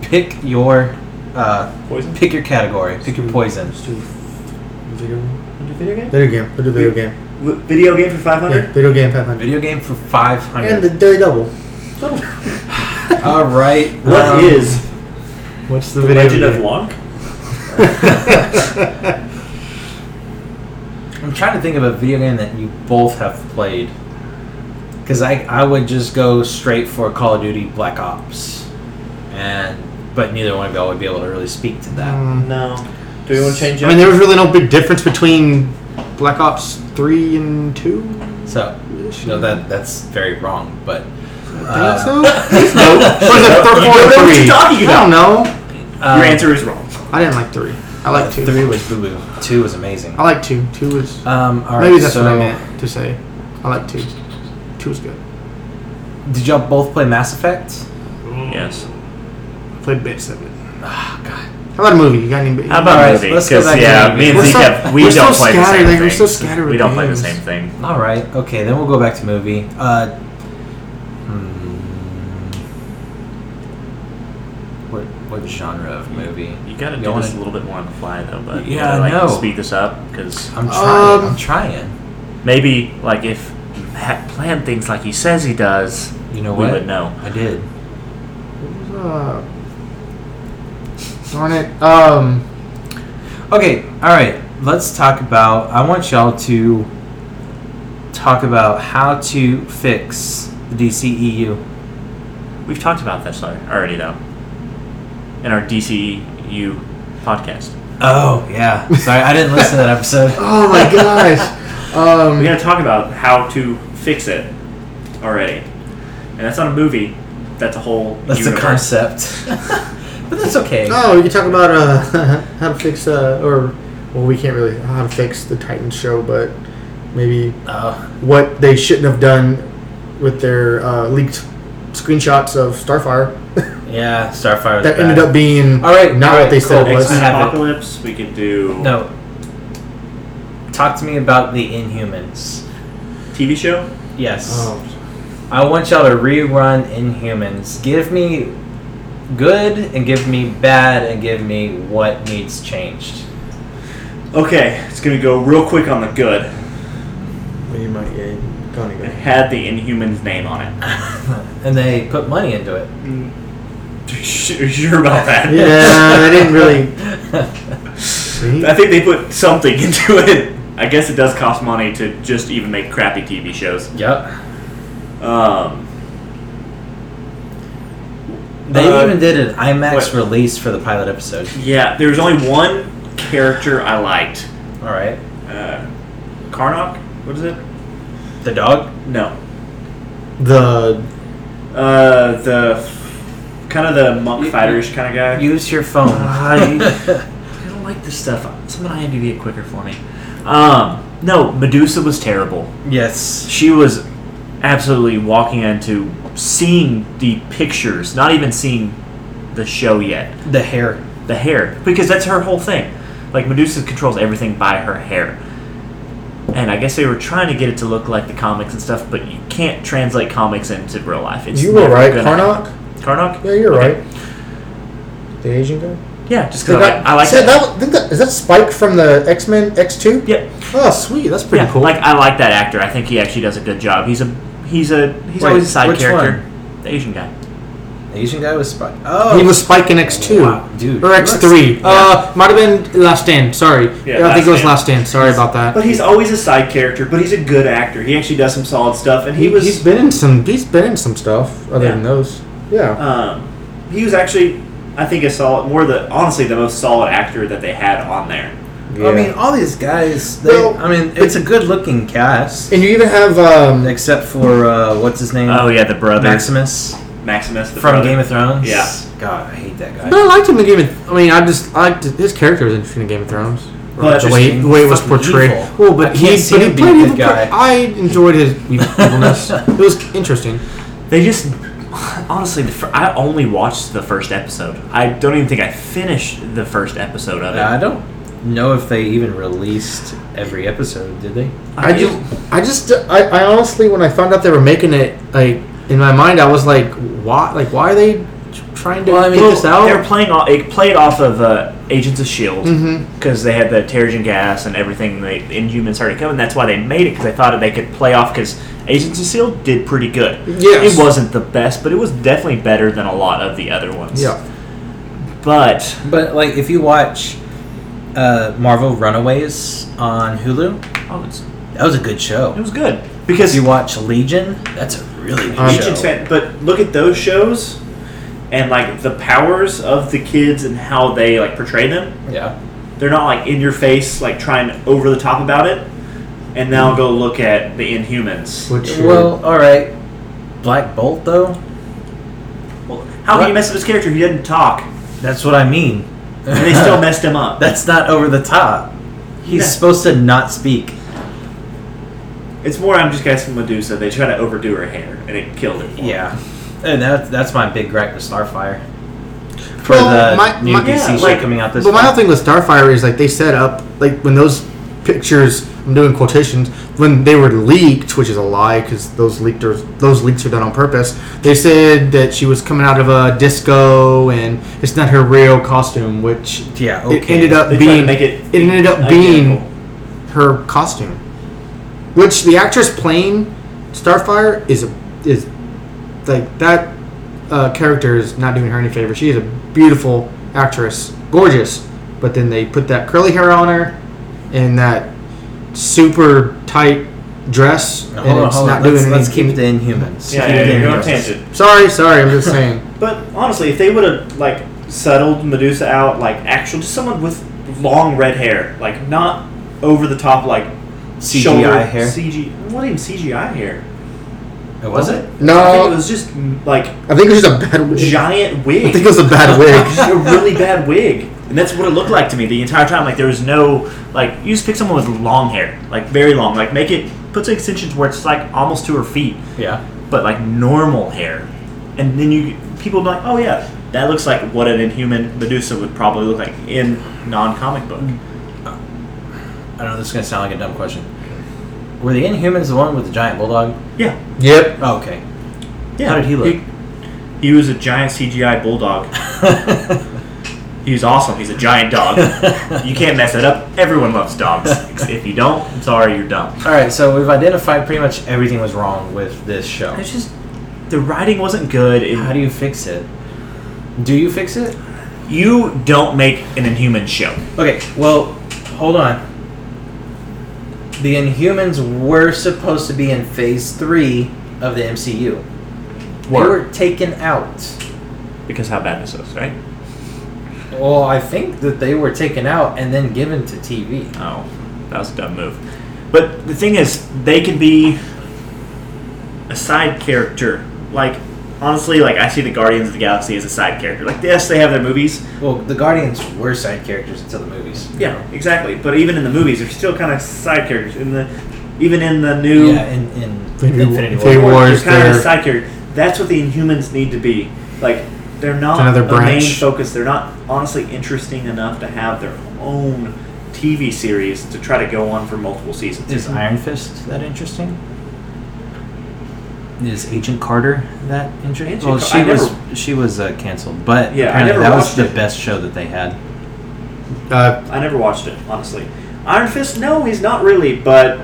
S2: Pick your uh,
S3: Poison.
S2: pick your category. Pick your poison.
S1: Let's do video game.
S3: Video game.
S1: Video game. Let's do video game.
S3: W- Video game for five
S1: Yeah,
S3: hundred.
S1: video game. Five hundred.
S2: Video game for five
S1: And the
S2: hundred.
S1: Daily Double.
S2: All right.
S3: What
S2: um,
S3: is
S4: What's the,
S3: the
S4: video?
S3: Legend of
S4: game?
S3: Wonk?
S2: I'm trying to think of a video game that you both have played. Because I, I would just go straight for Call of Duty Black Ops. And but neither one of y'all would be able to really speak to that.
S4: Um,
S3: No. Do we want to change it?
S4: I mean, there was really no big difference between Black Ops Three and Two.
S2: So you know that that's very wrong, but
S4: I
S2: uh,
S4: think so. no. Or is it
S3: You don't know what
S4: three?
S3: you're
S4: I don't
S3: talking
S4: know.
S3: Your
S2: um,
S3: answer is wrong.
S4: I didn't like three. I like two.
S2: three was boo boo. Two was amazing.
S4: I like two. Two was
S3: Uh,
S2: Um all right,
S4: maybe that's
S2: so
S4: what I meant to say. I like two. Two was good.
S2: did y'all both play Mass Effect?
S3: Yes.
S4: I played bits of it.
S2: Ah god.
S4: How about a movie? You got any?
S3: How about
S2: Alright,
S3: a movie?
S2: let's go
S3: Because
S2: back to
S3: yeah,
S2: the
S3: me and
S4: movie.
S3: Zeke
S4: We're so-
S3: have, we
S4: we're
S3: don't
S4: so
S3: play the
S4: scattered,
S3: same
S4: like,
S3: thing.
S4: we're so scattered
S3: We
S4: with
S3: don't play the
S4: games.
S3: same thing.
S2: Alright, okay, then we'll go back to movie. Uh hmm. what what genre of movie?
S3: You gotta
S2: You
S3: do
S2: wanna-
S3: this a little bit more on the fly though, but you
S2: Yeah,
S3: gotta, like,
S2: I know.
S3: Speed this up because
S2: I'm trying.
S4: Um,
S2: I'm trying.
S3: maybe like if Matt planned things like he says he does,
S2: You know
S3: we
S2: what?
S3: would know.
S2: I did.
S4: What was, uh, darn it. Um.
S2: Okay. All right. Let's talk about. I want y'all to talk about how to fix the E DCEU.
S3: We've talked about this al- already though, in our DCU podcast.
S2: Oh yeah. Sorry, I didn't listen to that episode.
S4: Oh my gosh. Um.
S3: We're gonna talk about how to fix it already, and that's not a movie. That's a whole.
S2: That's a
S3: universe.
S2: concept. but that's okay.
S4: Oh, we can talk about uh, how to fix uh, or well, we can't really how to fix the Titans show, but maybe
S2: Oh.
S4: what they shouldn't have done with their uh, leaked screenshots of Starfire
S2: yeah. Starfire. Was
S4: that
S2: bad.
S4: ended up being
S2: All right,
S4: not
S2: all right,
S4: what they said
S2: cool.
S4: it was.
S2: I have it.
S3: Apocalypse. We could do
S2: No. Talk to me about the Inhumans.
S3: TV show.
S2: Yes.
S4: Oh.
S2: I want y'all to rerun Inhumans. Give me good and give me bad and give me what needs changed.
S3: Okay, it's gonna go real quick on the good.
S1: Well, you might get Connie
S3: It
S1: go.
S3: had the Inhuman's name on it.
S2: and they put money into it.
S3: Are you sure about that?
S4: Yeah, they didn't really. See?
S3: I think they put something into it. I guess it does cost money to just even make crappy TV shows.
S2: yep.
S3: Um,
S2: They
S3: Uh,
S2: even did an IMAX
S3: what?
S2: release for the pilot episode.
S3: yeah, there was only one character I liked.
S2: All right.
S3: Uh, Karnak? What is it?
S2: The dog?
S3: No.
S4: The
S3: Uh, the kind of the monk fighterish kind of guy.
S2: Use your phone.
S3: I don't like this stuff. Someone on IMDb it quicker for me. Um, no, Medusa was terrible.
S2: yes.
S3: She was absolutely walking into seeing the pictures, not even seeing the show yet.
S2: The hair.
S3: the hair because that's her whole thing. Like Medusa controls everything by her hair. And I guess they were trying to get it to look like the comics and stuff, but you can't translate comics into real life. It's
S4: You were
S3: never
S4: right,
S3: gonna-
S4: Karnak.
S3: Karnak?
S4: Yeah, you're
S3: Okay.
S4: right. The Asian guy.
S3: Yeah, just
S4: The
S3: because I,
S4: guy-
S3: like- I like
S4: Is that,
S3: that.
S4: that, think that- is that Spike from the X Men X Two?
S3: Yeah,
S4: Oh, sweet. That's pretty
S3: yeah.
S4: cool.
S3: Like I like that actor. I think he actually does a good job. He's a he's a he's
S2: Wait,
S3: always a side
S2: which
S3: character. The Asian guy.
S2: The Asian guy was Spike. Oh.
S4: he was Spike in X Two.
S2: Wow, dude.
S4: Or
S2: He
S4: X three.
S2: looks-
S4: Uh, might have been Last Stand. Sorry,
S3: Yeah,
S4: I think
S3: Last
S4: it was
S3: Stand.
S4: Last Stand. Sorry about that.
S3: But he's always a side character, but he's a good actor. He actually does some solid stuff and he was
S4: He's been in some. He's been in some stuff other
S3: Yeah.
S4: than those. Yeah.
S3: Um, he was actually, I think, a solid, more the honestly the most solid actor that they had on there.
S4: yeah.
S2: I mean, all these guys. They,
S4: Well,
S2: I mean, it's a good-looking cast,
S4: and you even have um,
S2: except for uh, what's his name?
S3: Oh, yeah, the brother
S2: Maximus
S3: Maximus the
S2: from
S3: brother.
S2: Game of Thrones.
S3: Yeah.
S2: God, I hate that
S4: But
S2: guy.
S4: I liked him in Game of. I mean, I just I liked his character was interesting in Game of Thrones.
S3: But-
S4: the way the way it was
S2: Fucking
S4: portrayed.
S2: evil.
S4: Well, but
S2: I
S4: he,
S2: can't see
S4: but he
S2: him being
S4: played
S2: a good
S4: evil. per-
S2: guy.
S4: I enjoyed his evilness. it was interesting.
S3: They just honestly, the fir- I only watched the first episode. I don't even think I finished the first episode of it.
S2: I don't know if they even released every episode. Did they?
S4: I just, I just, I, I honestly, when I found out they were making it, like in my mind, I was like, why, like, why are they trying to
S2: Well, I mean,
S4: put
S2: well,
S4: this
S3: They were
S4: out?
S3: playing off. It played off of uh, Agents of Shield
S4: Mhm.
S3: because they had the Terrigen gas and everything. They Inhumans started coming. That's why they made it because they thought they could play off because Agents of Shield E did pretty good.
S4: Yes.
S3: it wasn't the best, but it was definitely better than a lot of the other ones.
S4: Yeah,
S3: but
S2: But like, if you watch uh, Marvel Runaways on Hulu,
S3: oh, it's,
S2: that was a good show.
S3: it was good
S2: If
S3: because
S2: you watch Legion, that's a really good
S4: Um,
S2: show.
S3: Legion's fan. But look at those shows and like the powers of the kids and how they like portray them.
S2: yeah.
S3: They're not like in your face, like trying over the top about it. And now go look at the Inhumans.
S4: which
S2: Well, all right. Black Bolt though.
S3: Well, how can
S2: What?
S3: you mess up his character? He didn't talk,
S2: That's what I mean.
S3: and they still messed him up.
S2: That's not over the top. He's
S3: Yeah.
S2: supposed to not speak.
S3: It's more. I'm just guessing Medusa. They try to overdo her hair, and it killed it. for her.
S2: Yeah, and that's that's my big gripe with Starfire for
S4: Well,
S2: the
S4: my-
S2: new
S4: my-
S2: DC
S3: yeah,
S2: show
S3: like-
S2: coming out this.
S4: but my
S2: fall.
S4: whole thing with Starfire is like they set up like when those pictures I'm doing quotations when they were leaked, which is a lie because those leaked are, those leaks are done on purpose. They said that she was coming out of a disco and it's not her real costume, which
S2: yeah, okay.
S4: it ended up
S3: They tried to
S4: being
S3: make it
S4: ended up
S3: identical.
S4: being her costume, which the actress playing Starfire is a, is like that uh, character is not doing her any favor. She is a beautiful actress, gorgeous, but then they put that curly hair on her and that super tight dress,
S2: Now,
S4: and
S2: hold on,
S4: it's
S2: hold
S4: not
S2: on.
S4: doing
S2: Let's,
S4: anything.
S2: let's keep it to Inhumans.
S3: Yeah,
S2: Keep
S3: yeah,
S2: it to
S3: you're on
S2: Inhumans.
S3: a tangent.
S4: Sorry, sorry, I'm just saying.
S3: But honestly, if they would have like settled Medusa out, like actual, just someone with long red hair, like not over the top, like
S2: CGI
S3: shoulder,
S2: hair?
S3: CG, not even CGI hair.
S2: It was it?
S3: I think it
S4: No,
S3: was just mm, like
S4: I think it was just a bad wig.
S3: giant wig.
S4: I think it was a bad wig.
S3: Just a really bad wig, and that's what it looked like to me the entire time. Like there was no like you just pick someone with long hair, like very long, like make it put some extensions where it's like almost to her feet,
S2: Yeah.
S3: but like normal hair. And then you people be like, oh yeah, that looks like what an inhuman Medusa would probably look like in non comic book.
S2: I know this is gonna sound like a dumb question. Were the Inhumans the one with the giant bulldog?
S3: Yeah.
S4: Yep.
S2: Oh, okay. How did he look?
S3: He, he was a giant CGI bulldog. He's awesome. He's a giant dog. you can't mess that up. Everyone loves dogs. if you don't, I'm sorry, you're dumb.
S2: All right, so we've identified pretty much everything was wrong with this show.
S3: It's just the writing wasn't good. It-
S2: How do you fix it? Do you fix it?
S3: you don't make an Inhuman show.
S2: Okay, well, hold on. The Inhumans were supposed to be in Phase Three of the MCU. They
S3: Were.
S2: were taken out.
S3: Because how bad this is, right?
S2: Well, I think that they were taken out and then given to TV.
S3: Oh, that was a dumb move. But the thing is, they could be a side character. Like, honestly, like I see the Guardians of the Galaxy as a side character. Like, yes, they have their movies.
S2: Well, the Guardians were side characters until the movies.
S3: Yeah, exactly. But even in the movies, they're still kind of side characters. In the even in the new
S2: Yeah, in, in Infinity
S4: Infinity War.
S2: War.
S4: Infinity War. Wars,
S3: they're kind of
S4: they're-
S3: a side character. That's what the Inhumans need to be. Like they're not
S4: It's another
S3: a main
S4: branch.
S3: focus. They're not honestly interesting enough to have their own TV series to try to go on for multiple seasons.
S2: Is Iron Fist that interesting? Is Agent Carter that interesting?
S3: Agent
S2: Well,
S3: Car-
S2: she
S3: I
S2: was
S3: never-
S2: she was uh, canceled, but
S3: Yeah, I
S2: apparently
S3: never
S2: that was
S3: watched
S2: the
S3: it.
S2: best show that they had.
S4: Uh,
S3: I never watched it honestly. Iron Fist? No, he's not really. But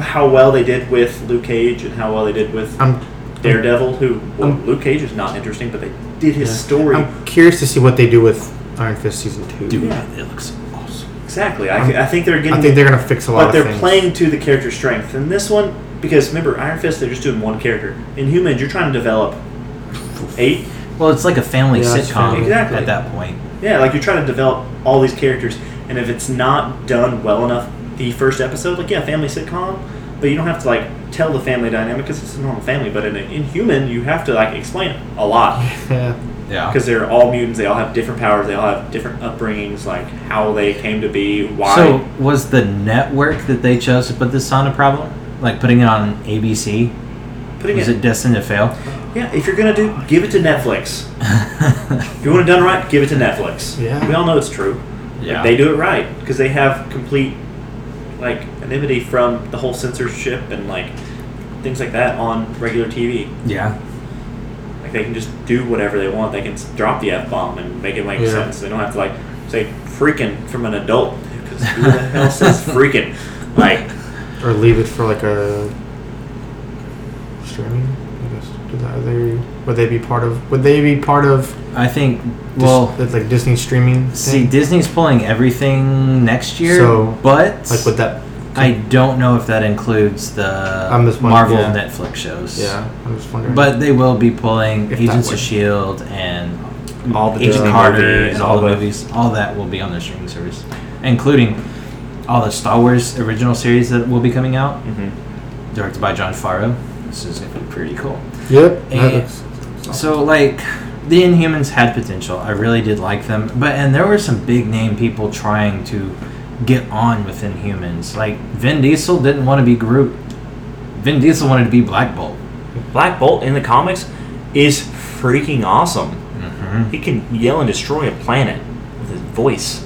S3: how well they did with Luke Cage and how well they did with
S4: I'm
S3: Daredevil, who well,
S4: I'm-
S3: Luke Cage is not interesting, but they did his story
S4: I'm curious to see what they do with Iron Fist season two.
S2: Dude,
S3: Yeah.
S2: it looks awesome.
S3: exactly.
S4: I'm-
S3: I, I think they're getting
S4: um, I think they're gonna fix a lot
S3: but
S4: of
S3: they're
S4: things.
S3: playing to the character's strength. And this one, because remember, Iron Fist, they're just doing one character. In Humans, you're trying to develop eight.
S2: Well, it's like a family
S4: Yeah, it's
S2: sitcom
S4: family.
S3: Exactly.
S2: at that point.
S3: Yeah, like you're trying to develop all these characters. And if it's not done well enough, the first episode, like yeah, family sitcom, but you don't have to like tell the family dynamic because it's a normal family. But in in Human, you have to like explain it a lot
S4: Yeah.
S2: Yeah.
S3: because they're all mutants. They all have different powers. They all have different upbringings. Like how they came to be, why.
S2: So was the network that they chose to put this on a problem? Like putting it on ABC?
S3: putting
S2: Was it destined to fail?
S3: Yeah, if you're gonna do, give it to Netflix. if you want it done right, give it to Netflix.
S4: Yeah.
S3: we all know it's true.
S2: Yeah.
S3: they do it right because they have complete like anonymity from the whole censorship and like things like that on regular TV.
S2: Yeah.
S3: Like they can just do whatever they want. They can s- drop the f bomb and make it make
S4: Yeah.
S3: sense. They don't have to like say freaking from an adult because who the hell says freaking? Like
S4: Or leave it for like a streaming. I guess. Do that- Are they, would they be part of? Would they be part of? Dis-
S2: I think well
S4: that's like Disney streaming.
S2: See,
S4: thing?
S2: Disney's pulling everything next year,
S4: So,
S2: but
S4: like with that.
S2: I don't know if that includes the
S4: I'm just
S2: Marvel
S4: wondering, yeah.
S2: Netflix shows.
S4: Yeah, I'm just wondering.
S2: But they will be pulling
S4: If that
S2: Agents of
S4: would-
S2: Shield E and
S4: All the
S2: Agent
S4: Disney
S2: Carter
S3: movies
S2: and
S3: and
S2: all
S3: all
S2: the
S3: the-
S2: movies. All that will be on their streaming service, including all the Star Wars original series that will be coming out,
S3: mhm.
S2: directed by John Favreau. This is gonna be pretty cool.
S4: yep. that
S2: and-
S4: looks-
S2: So like the Inhumans had potential. I really did like them, but and there were some big name people trying to get on with Inhumans. Like Vin Diesel didn't want to be Groot. Vin Diesel wanted to be Black Bolt.
S3: Black Bolt in the comics is freaking awesome.
S2: Mm-hmm.
S3: He can yell and destroy a planet with his voice.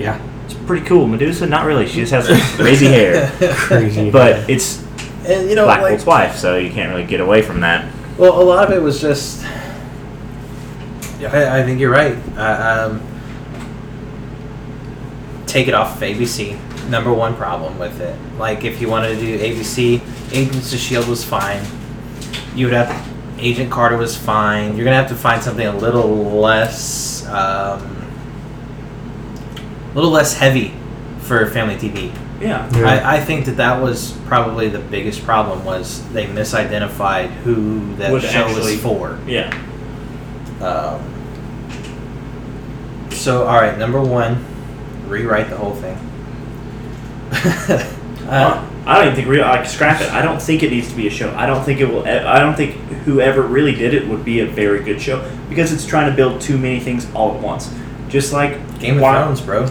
S2: Yeah.
S3: It's pretty cool. Medusa, not really. She just has crazy hair.
S4: crazy.
S3: But it's
S2: And you know,
S3: Black
S2: like,
S3: Bolt's wife, so you can't really get away from that.
S2: well, a lot of it was just. Yeah, I, I think you're right. Uh, um, take it off of ABC. Number one problem with it. Like, if you wanted to do ABC, Agents of S.H.I.E.L.D. E was fine. You would have. Agent Carter was fine. You're going to have to find something a little less. Um, a little less heavy for family TV.
S3: Yeah.
S4: Yeah.
S2: I, I think that that was probably the biggest problem was they misidentified who that
S3: Would
S2: show
S3: actually-
S2: was for.
S3: Yeah.
S2: Um, so, all right, number one, rewrite the whole thing. uh,
S3: I don't even think real. Like scrap it. I don't think it needs to be a show. I don't think it will. e- I don't think whoever really did it would be a very good show because it's trying to build too many things all at once. Just like
S2: Game of
S3: why-
S2: Thrones, bro.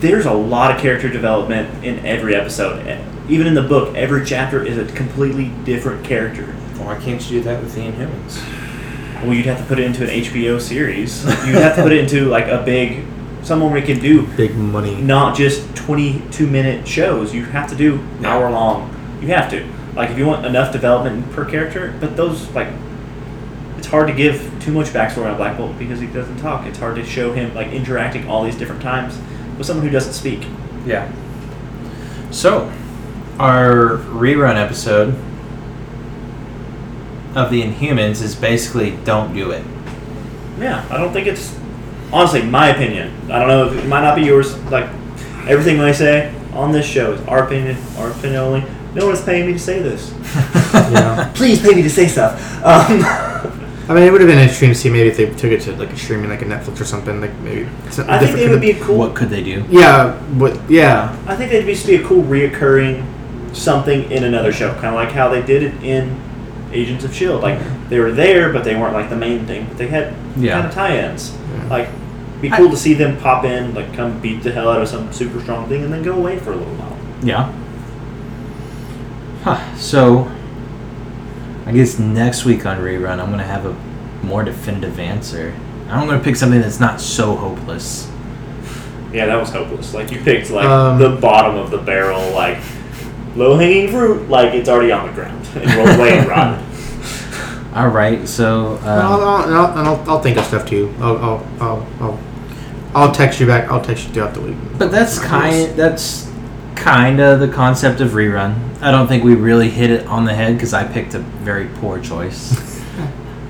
S3: there's a lot of character development in every episode. E- Even in the book, every chapter is a completely different character.
S2: Why can't you do that with the Inhumans?
S3: Well, you'd have to put it into an HBO series. You'd have to put it into like a big, someone we can do
S4: big money.
S3: not just 22 minute shows. You have to do
S2: Yeah.
S3: hour long. You have to. Like if you want enough development per character, but those like it's hard to give too much backstory on Black Bolt because he doesn't talk. It's hard to show him like interacting all these different times with someone who doesn't speak.
S2: Yeah. So, our rerun episode of the Inhumans is basically don't do it.
S3: Yeah, I don't think it's honestly my opinion. I don't know if it might not be yours. Like everything I say on this show is our opinion, our opinion only. No one's paying me to say this.
S4: Yeah.
S3: Please pay me to say stuff. Um,
S4: I mean, it would have been interesting to see maybe if they took it to like a streaming, like a Netflix or something. Like maybe. something
S3: I think
S4: different
S3: it would be
S4: could-
S3: a cool.
S2: What could they do?
S4: Yeah, but yeah,
S3: I think that'd just be a cool reoccurring something in another show, kind of like how they did it in Agents of Shield. E Like they were there, but they weren't like the main thing. But they had
S2: Yeah.
S3: kind of tie-ins.
S4: Yeah.
S3: Like, be
S2: I-
S3: cool to see them pop in, like come beat the hell out of some super strong thing, and then go away for a little while.
S2: Yeah. Huh. So, I guess next week on rerun, I'm gonna have a more definitive answer. I'm gonna pick something that's not so hopeless.
S3: Yeah, that was hopeless. Like you picked like
S4: Um,
S3: the bottom of the barrel, like low hanging fruit, like it's already on the ground and rolled away and rotten.
S2: All right. So,
S4: And I'll,
S2: um,
S4: I'll, and I'll, and I'll, I'll think of stuff too. I'll, I'll, I'll, I'll, I'll text you back. I'll text you throughout the week.
S2: but that's kind that's kind of the concept of rerun. I don't think we really hit it on the head because I picked a very poor choice.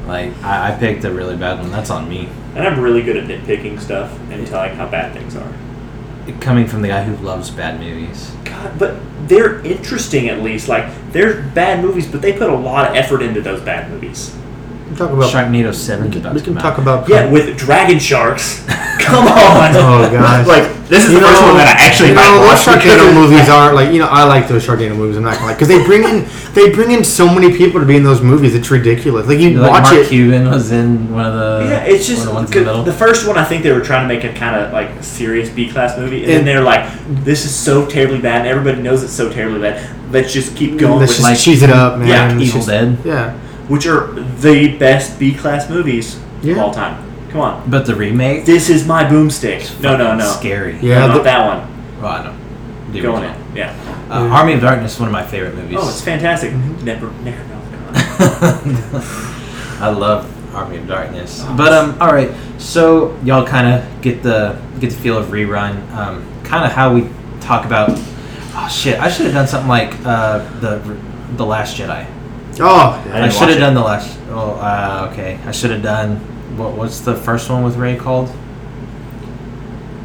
S2: like I, I picked a really bad one. That's on me.
S3: And I'm really good at nitpicking stuff and telling how bad things are.
S2: Coming from the guy who loves bad movies.
S3: God, Uh, but they're interesting at least. Like they're bad movies, but they put a lot of effort into those bad movies.
S4: We can talk about.
S2: Sharknado Seven.
S4: we can, we can talk about.
S3: Yeah, with dragon sharks. Come on.
S4: Uh, Oh, gosh.
S3: Like this is
S4: You
S3: the first
S4: know-
S3: one that I actually
S4: you
S3: might
S4: know, those
S3: watch
S4: Sharknado
S3: because-
S4: movies are like you know I like those Sharknado movies. I'm not gonna lie because they bring in they bring in so many people to be in those movies. It's ridiculous. Like you
S2: like
S4: watch
S2: Mark
S4: it.
S2: Cuban was in one of the
S3: Yeah, it's just
S2: one of the
S3: good-
S2: ones in the
S3: Uh, the
S2: middle.
S3: first one. I think they were trying to make a kind of like serious B class movie, and, then
S4: And-
S3: they're like, "This is so terribly bad. and Everybody knows it's so terribly bad. Let's just keep going
S4: Mm, Let's
S3: with
S4: just
S3: like,
S2: like-
S4: cheese it up, man.
S3: Yeah,
S4: It's
S2: Evil
S4: just-
S2: Dead,
S4: Yeah,
S3: which are the best B class movies of
S4: Yeah.
S3: all time. Come on,
S2: but the remake.
S3: this is my boomstick. No, no,
S2: fucking
S3: no,
S2: Scary.
S4: Yeah.
S3: no,
S4: the-
S3: not that one.
S2: Well, I don't. The
S3: Going
S2: original.
S3: in, yeah.
S2: Uh, Army of Darkness, one of my favorite movies.
S3: Oh, it's fantastic.
S4: Mm-hmm.
S3: Never, never, no. come on.
S2: I love Army of Darkness.
S3: Oh,
S2: But um, all right. So y'all kind of get the get the feel of rerun. Um, kind of how we talk about. Oh shit! I should have done something like uh, the the Last Jedi.
S4: Oh,
S3: I
S2: I,
S3: didn't
S2: should
S3: watch
S2: have
S3: it.
S2: done the last. Oh, uh, okay. I should have done. What what's the first one with Ray called?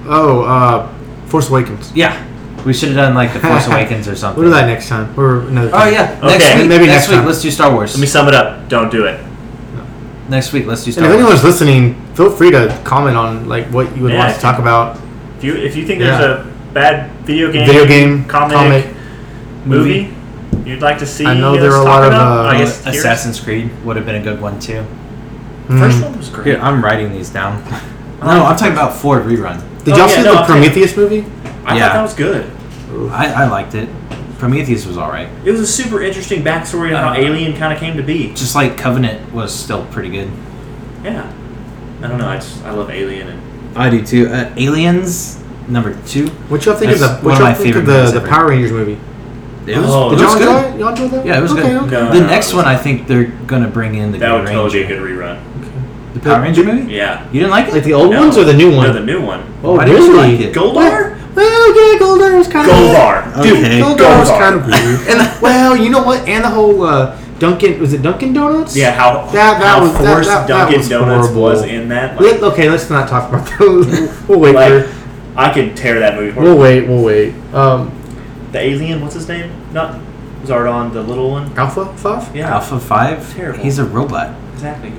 S4: oh, uh, Force Awakens.
S2: Yeah, we should have done like the Force Awakens or something.
S4: We'll do that next time or another.
S2: Oh
S4: time.
S2: yeah,
S3: Okay.
S2: next week.
S4: Maybe
S2: next,
S4: next
S2: week.
S4: time.
S2: Let's do Star Wars.
S3: Let me sum it up. Don't do it.
S2: next week, let's do
S4: And
S2: Star
S4: if
S2: Wars.
S4: anyone's listening, feel free to comment on like what you would
S3: Yeah,
S4: want
S3: I
S4: to talk about.
S3: If you if you think
S4: Yeah.
S3: there's a bad video game,
S4: Video game, comic,
S3: movie, you'd like to see,
S4: I know there
S3: us
S4: are a
S3: talk
S4: lot of,
S3: about,
S4: uh,
S3: I guess here's-
S2: Assassin's Creed would have been a good one too.
S3: First
S4: Mm.
S3: one was great.
S2: Here, I'm writing these down. No, I'm talking about Ford rerun.
S4: Did
S3: Oh,
S4: y'all
S3: yeah,
S4: see
S3: no,
S4: the
S3: I'm saying-
S4: Prometheus movie?
S3: I
S2: Yeah.
S3: thought that was good.
S2: I, I liked it. Prometheus was all right.
S3: It was a super interesting backstory on how
S2: Uh,
S3: Alien kind of came to be.
S2: Just like Covenant was still pretty good.
S3: Yeah. I don't know. I just I love Alien and
S2: I do too. Uh, Aliens number two.
S4: What y'all think of the
S2: That's one
S4: what
S2: of my
S4: y'all think
S2: favorite
S4: of the,
S2: movies
S4: the
S2: ever.
S4: Power Rangers movie?
S2: It was,
S3: Oh,
S2: it was
S4: Did y'all
S2: good.
S4: enjoy it? Y'all enjoy that?
S2: Yeah, it was
S4: okay,
S2: good.
S4: Okay.
S3: No,
S2: the
S3: no,
S2: next
S3: it
S2: one,
S3: was
S2: I
S3: not.
S2: think they're gonna bring in the
S3: that
S2: Green
S3: would totally be a
S2: Ranger.
S3: good rerun.
S2: The Power Ranger movie.
S3: Yeah.
S2: You didn't like it?
S4: Like the old
S3: No.
S4: ones or the new one?
S3: No, the new one.
S4: oh,
S2: Why did
S4: really?
S2: you like it?
S3: Goldar.
S4: Well, yeah, Goldar was kind of
S3: Goldar.
S4: Dude,
S2: Okay.
S4: Goldar was
S3: Goldar.
S4: kind of weird. And well, you know what? And the whole uh, Dunkin' was it Dunkin' Donuts?
S3: Yeah. How
S4: That- that
S3: how
S4: was- that-
S3: forced
S4: that- that
S3: Dunkin'
S4: was
S3: Donuts
S4: horrible.
S3: was in that.
S4: Let-
S3: Like,
S4: okay, let's not talk about those. we'll wait.
S3: like,
S4: for,
S3: I could tear that movie. apart.
S4: we'll wait. We'll wait. Um,
S3: The alien. What's his name? Not Zardon. The little one.
S4: Alpha Five.
S3: Yeah.
S2: Alpha Five.
S3: Terrible.
S2: He's a robot.
S3: Exactly.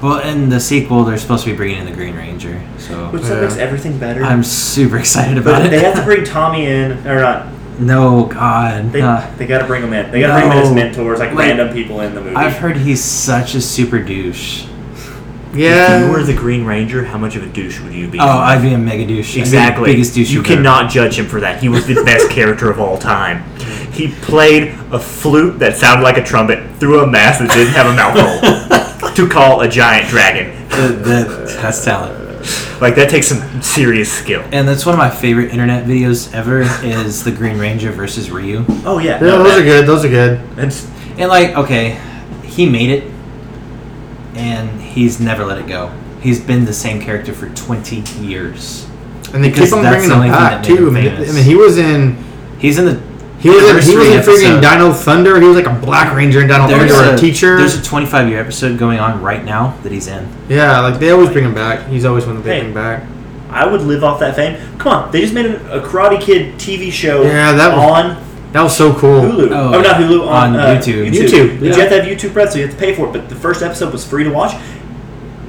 S2: Well, in the sequel, they're supposed to be bringing in the Green Ranger, so
S3: Which that
S4: Yeah.
S3: makes everything better.
S2: I'm super excited about
S3: but
S2: it.
S3: they have to bring Tommy in, or not?
S2: no, God.
S3: They,
S2: nah.
S3: they gotta bring him in. They gotta bring him in as
S2: No.
S3: mentors, like
S2: Wait.
S3: random people in the movie.
S2: I've heard he's such a super douche.
S4: Yeah.
S3: If you were the Green Ranger, how much of a douche would you be?
S2: Oh, I'd be a mega douche. I'd be the
S3: exactly.
S2: biggest douche.
S3: you
S2: you've ever-
S3: cannot judge him for that. He was the best character of all time. He played a flute that sounded like a trumpet through a mask that didn't have a mouth hole to call a giant dragon.
S2: That- that- that's talent.
S5: Like that takes some serious skill.
S2: And that's one of my favorite internet videos ever is the Green Ranger versus Ryu.
S3: Oh yeah,
S4: Yeah, those are good. Those are good.
S3: It's
S2: And like, okay, he made it and he's never let it go. He's been the same character for 20 years.
S4: And they
S2: Because
S4: keep on
S2: that's the
S4: bringing them
S2: only thing
S4: back
S2: that made
S4: too. I
S2: him
S4: mean,
S2: famous.
S4: I mean, he was in
S2: He's in the
S4: he was in, he was
S2: Anniversary
S4: in freaking
S2: episode.
S4: Dino Thunder. He was like a Black Ranger in Dino
S2: there's
S4: Thunder,
S2: a
S4: or a teacher.
S2: There's a 25 year episode going on right now that he's in.
S4: yeah, like they always bring him back. He's always one that they
S3: Hey.
S4: bring back.
S3: I would live off that fame. Come on, they just made a, a Karate Kid TV show.
S4: Yeah, that was-
S3: on
S4: That was so cool.
S3: Hulu.
S2: Oh,
S3: Oh, not Hulu on,
S2: on
S3: uh,
S2: YouTube.
S4: YouTube,
S3: But
S4: yeah.
S3: you have to have YouTube Red, so you have to pay for it. But the first episode was free to watch.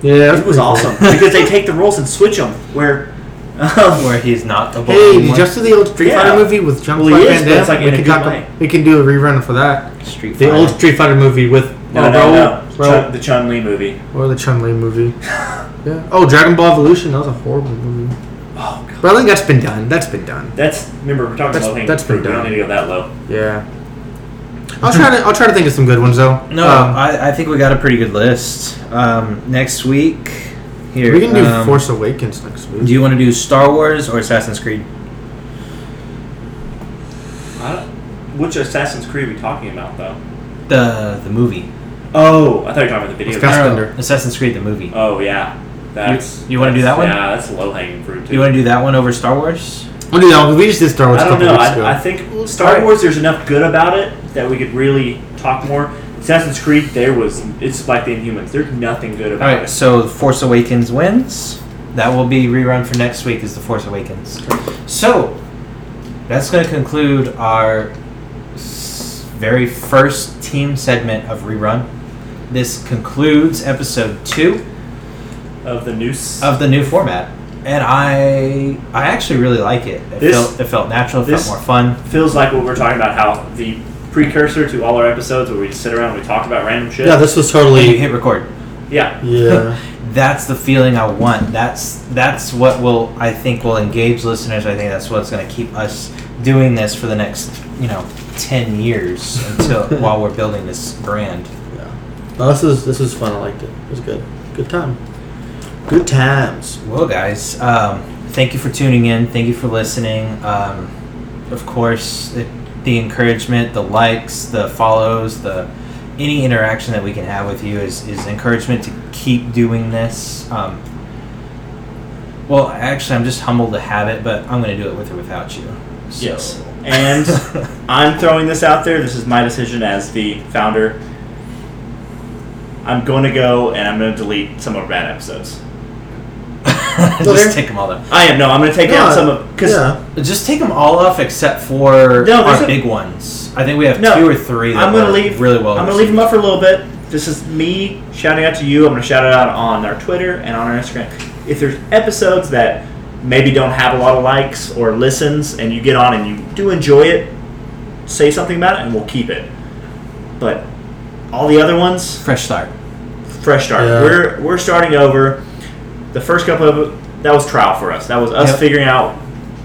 S4: Yeah, that
S3: It was
S4: pretty cool.
S3: awesome because they take the roles and switch them. Where, um,
S2: Where he's not a
S4: Hey,
S2: bully
S4: did you
S2: anymore.
S4: just do the old Street
S3: Yeah.
S4: Fighter movie with Jean
S3: Well,
S4: Claude
S3: he
S4: Van
S3: is, but
S4: Damme?
S3: it's like in
S4: we,
S3: a
S4: can
S3: good
S4: talk-
S3: way.
S4: we can do a rerun for that.
S2: Street
S4: The
S2: Fighter.
S4: old Street Fighter movie with
S3: no,
S4: uh,
S3: no,
S4: Raoul-
S3: no,
S4: Raoul-
S3: Chun, the Chun Li movie.
S4: Or the Chun Li movie. yeah. Oh, Dragon Ball Evolution. That was a horrible movie.
S3: Oh god,
S4: But I think that's been done. That's been done.
S3: that's remember we're talking
S4: That's-
S3: about
S4: that's pretty
S3: We don't
S4: dumb.
S3: need to go that low.
S4: Yeah. I'll try to. I'll try to think of some good ones though.
S2: No,
S4: Um,
S2: I, I think we got a pretty good list. Um, next week, here
S4: we can do
S2: um,
S4: Force Awakens next week.
S2: Do you want to do Star Wars or Assassin's Creed?
S3: I don't- Which Assassin's Creed are we talking about though?
S2: The the movie.
S3: Oh, I thought you were talking about the video.
S4: Let's go.
S3: game.
S4: Pathfinder.
S2: Assassin's Creed the movie.
S3: Oh yeah, that's
S2: you wanna do
S3: that's-
S2: that one?
S3: Yeah, that's low hanging fruit. Too.
S2: you want to do that one over Star Wars?
S4: We'll do that. one. We just did Star Wars a
S3: I don't
S4: couple
S3: know.
S4: weeks ago.
S3: I, I think Star
S2: Alright.
S3: Wars. There's enough good about it that we could really talk more. Assassin's Creed. There was. It's like the Inhumans. There's nothing good
S2: All
S3: about
S2: right. So Force Awakens wins. That will be rerun for next week. Is the Force Awakens? So that's going to conclude our s- very first team segment of rerun. This concludes episode two.
S3: it of the noose.
S2: of the new format, and I I actually really like it. It,
S3: This-
S2: felt, it felt natural. It
S3: this-
S2: felt more fun.
S3: feels like what we're talking about. How the precursor to all our episodes where we just sit around and we talk about random shit.
S4: yeah, this was
S2: When you
S4: totally.
S2: hit record,
S3: yeah.
S4: Yeah.
S2: that's the feeling I want. That's that's what will I think will engage listeners. I think that's what's going to keep us doing this for the next you know ten years until while we're building this brand.
S4: yeah. No, this is this is fun. I liked it. It was good. Good time. Good times.
S2: Well, guys, um, thank you for tuning in. Thank you for listening. Um, of course, it, the encouragement, the likes, the follows, the any interaction that we can have with you is, is encouragement to keep doing this. Um, well, actually, I'm just humbled to have it, but I'm going to do it with or without you. So.
S3: Yes. And I'm throwing this out there. This is my decision as the founder. I'm going to go and I'm going to delete some of our bad episodes.
S2: just take them all off.
S3: I am no. I'm going to take out
S4: Yeah,
S3: some of because
S4: yeah.
S2: Just take them all off except for
S3: No, there's
S2: our
S3: a-
S2: big ones. I think we have
S3: No,
S2: two or three. That
S3: I'm gonna
S2: were
S3: leave.
S2: really well.
S3: I'm gonna leave them up for a little bit. This is me shouting out to you. I'm gonna shout it out on our Twitter and on our Instagram. If there's episodes that maybe don't have a lot of likes or listens, and you get on and you do enjoy it, say something about it, and we'll keep it. But all the other ones,
S2: fresh start.
S3: fresh start.
S4: Yeah.
S3: We're we're starting over. The first couple of that was trial for us. That was us
S2: Yep.
S3: figuring out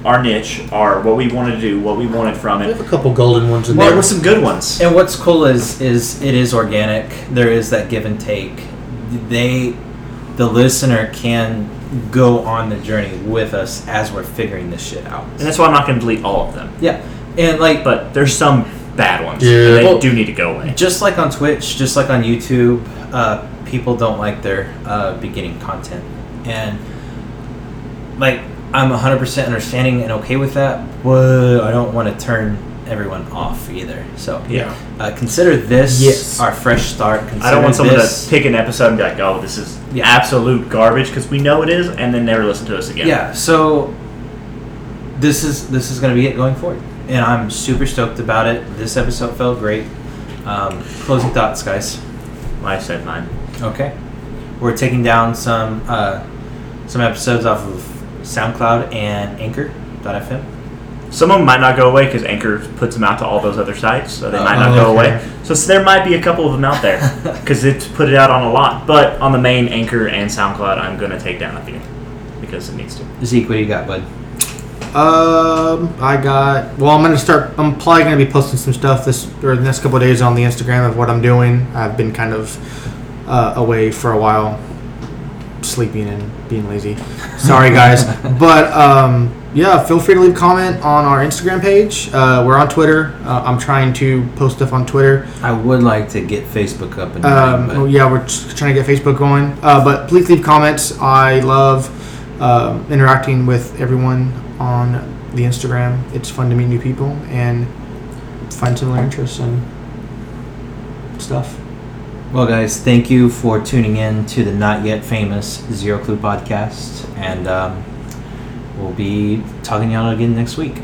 S3: our niche, our what we wanted to do, what we wanted from
S4: We
S3: it.
S4: have a couple golden ones in
S3: There
S4: there.
S3: were some good ones.
S2: And what's cool is is it is organic. There is that give and take. They, the listener, can go on the journey with us as we're figuring this shit out.
S3: And that's why I'm not going to delete all of them.
S2: Yeah, and like
S3: But there's some bad ones.
S4: Yeah.
S3: and They
S2: Well-
S3: do need to go away.
S2: just like on Twitch, just like on YouTube, uh, people don't like their uh, beginning content, and like I'm 100% understanding and okay with that. But I don't want to turn everyone off either. So
S3: Yeah.
S2: Uh, consider this
S4: Yes.
S2: our fresh start. Consider
S3: I don't want someone
S2: this,
S3: to pick an episode and be like, oh, this is
S2: Yeah.
S3: absolute garbage because we know it is and then never listen to us again.
S2: yeah so this is this is going to be it going forward and i'm super stoked about it this episode felt great um, closing thoughts guys
S3: I said mine.
S2: okay we're taking down some uh, some episodes off of soundcloud and anchor.fm
S3: Some of them might not go away because Anchor puts them out to all those other sites, so they
S2: Oh,
S3: might not go
S4: okay.
S3: away. So, s there might be a couple of them out there because it's put it out on a lot. But on the main Anchor and SoundCloud, I'm going to take down a few because it needs to.
S2: zeke what do you got bud
S4: Um, I got. Well, I'm gonna start. I'm probably gonna be posting some stuff this or the next couple of days on the Instagram of what I'm doing. I've been kind of uh, away for a while, sleeping and being lazy. Sorry, guys. but um, yeah, feel free to leave a comment on our Instagram page. Uh, we're on Twitter. Uh, I'm trying to post stuff on Twitter.
S2: I would like to get Facebook up and
S4: Um,
S2: running,
S4: oh,
S2: but
S4: yeah, we're just trying to get Facebook going. Uh, but please leave comments. I love um interacting with everyone on the Instagram. It's fun to meet new people and find similar interests and stuff.
S2: well, guys, thank you for tuning in to the not yet famous Zero Clue podcast, and um, we'll be talking to y'all again next week.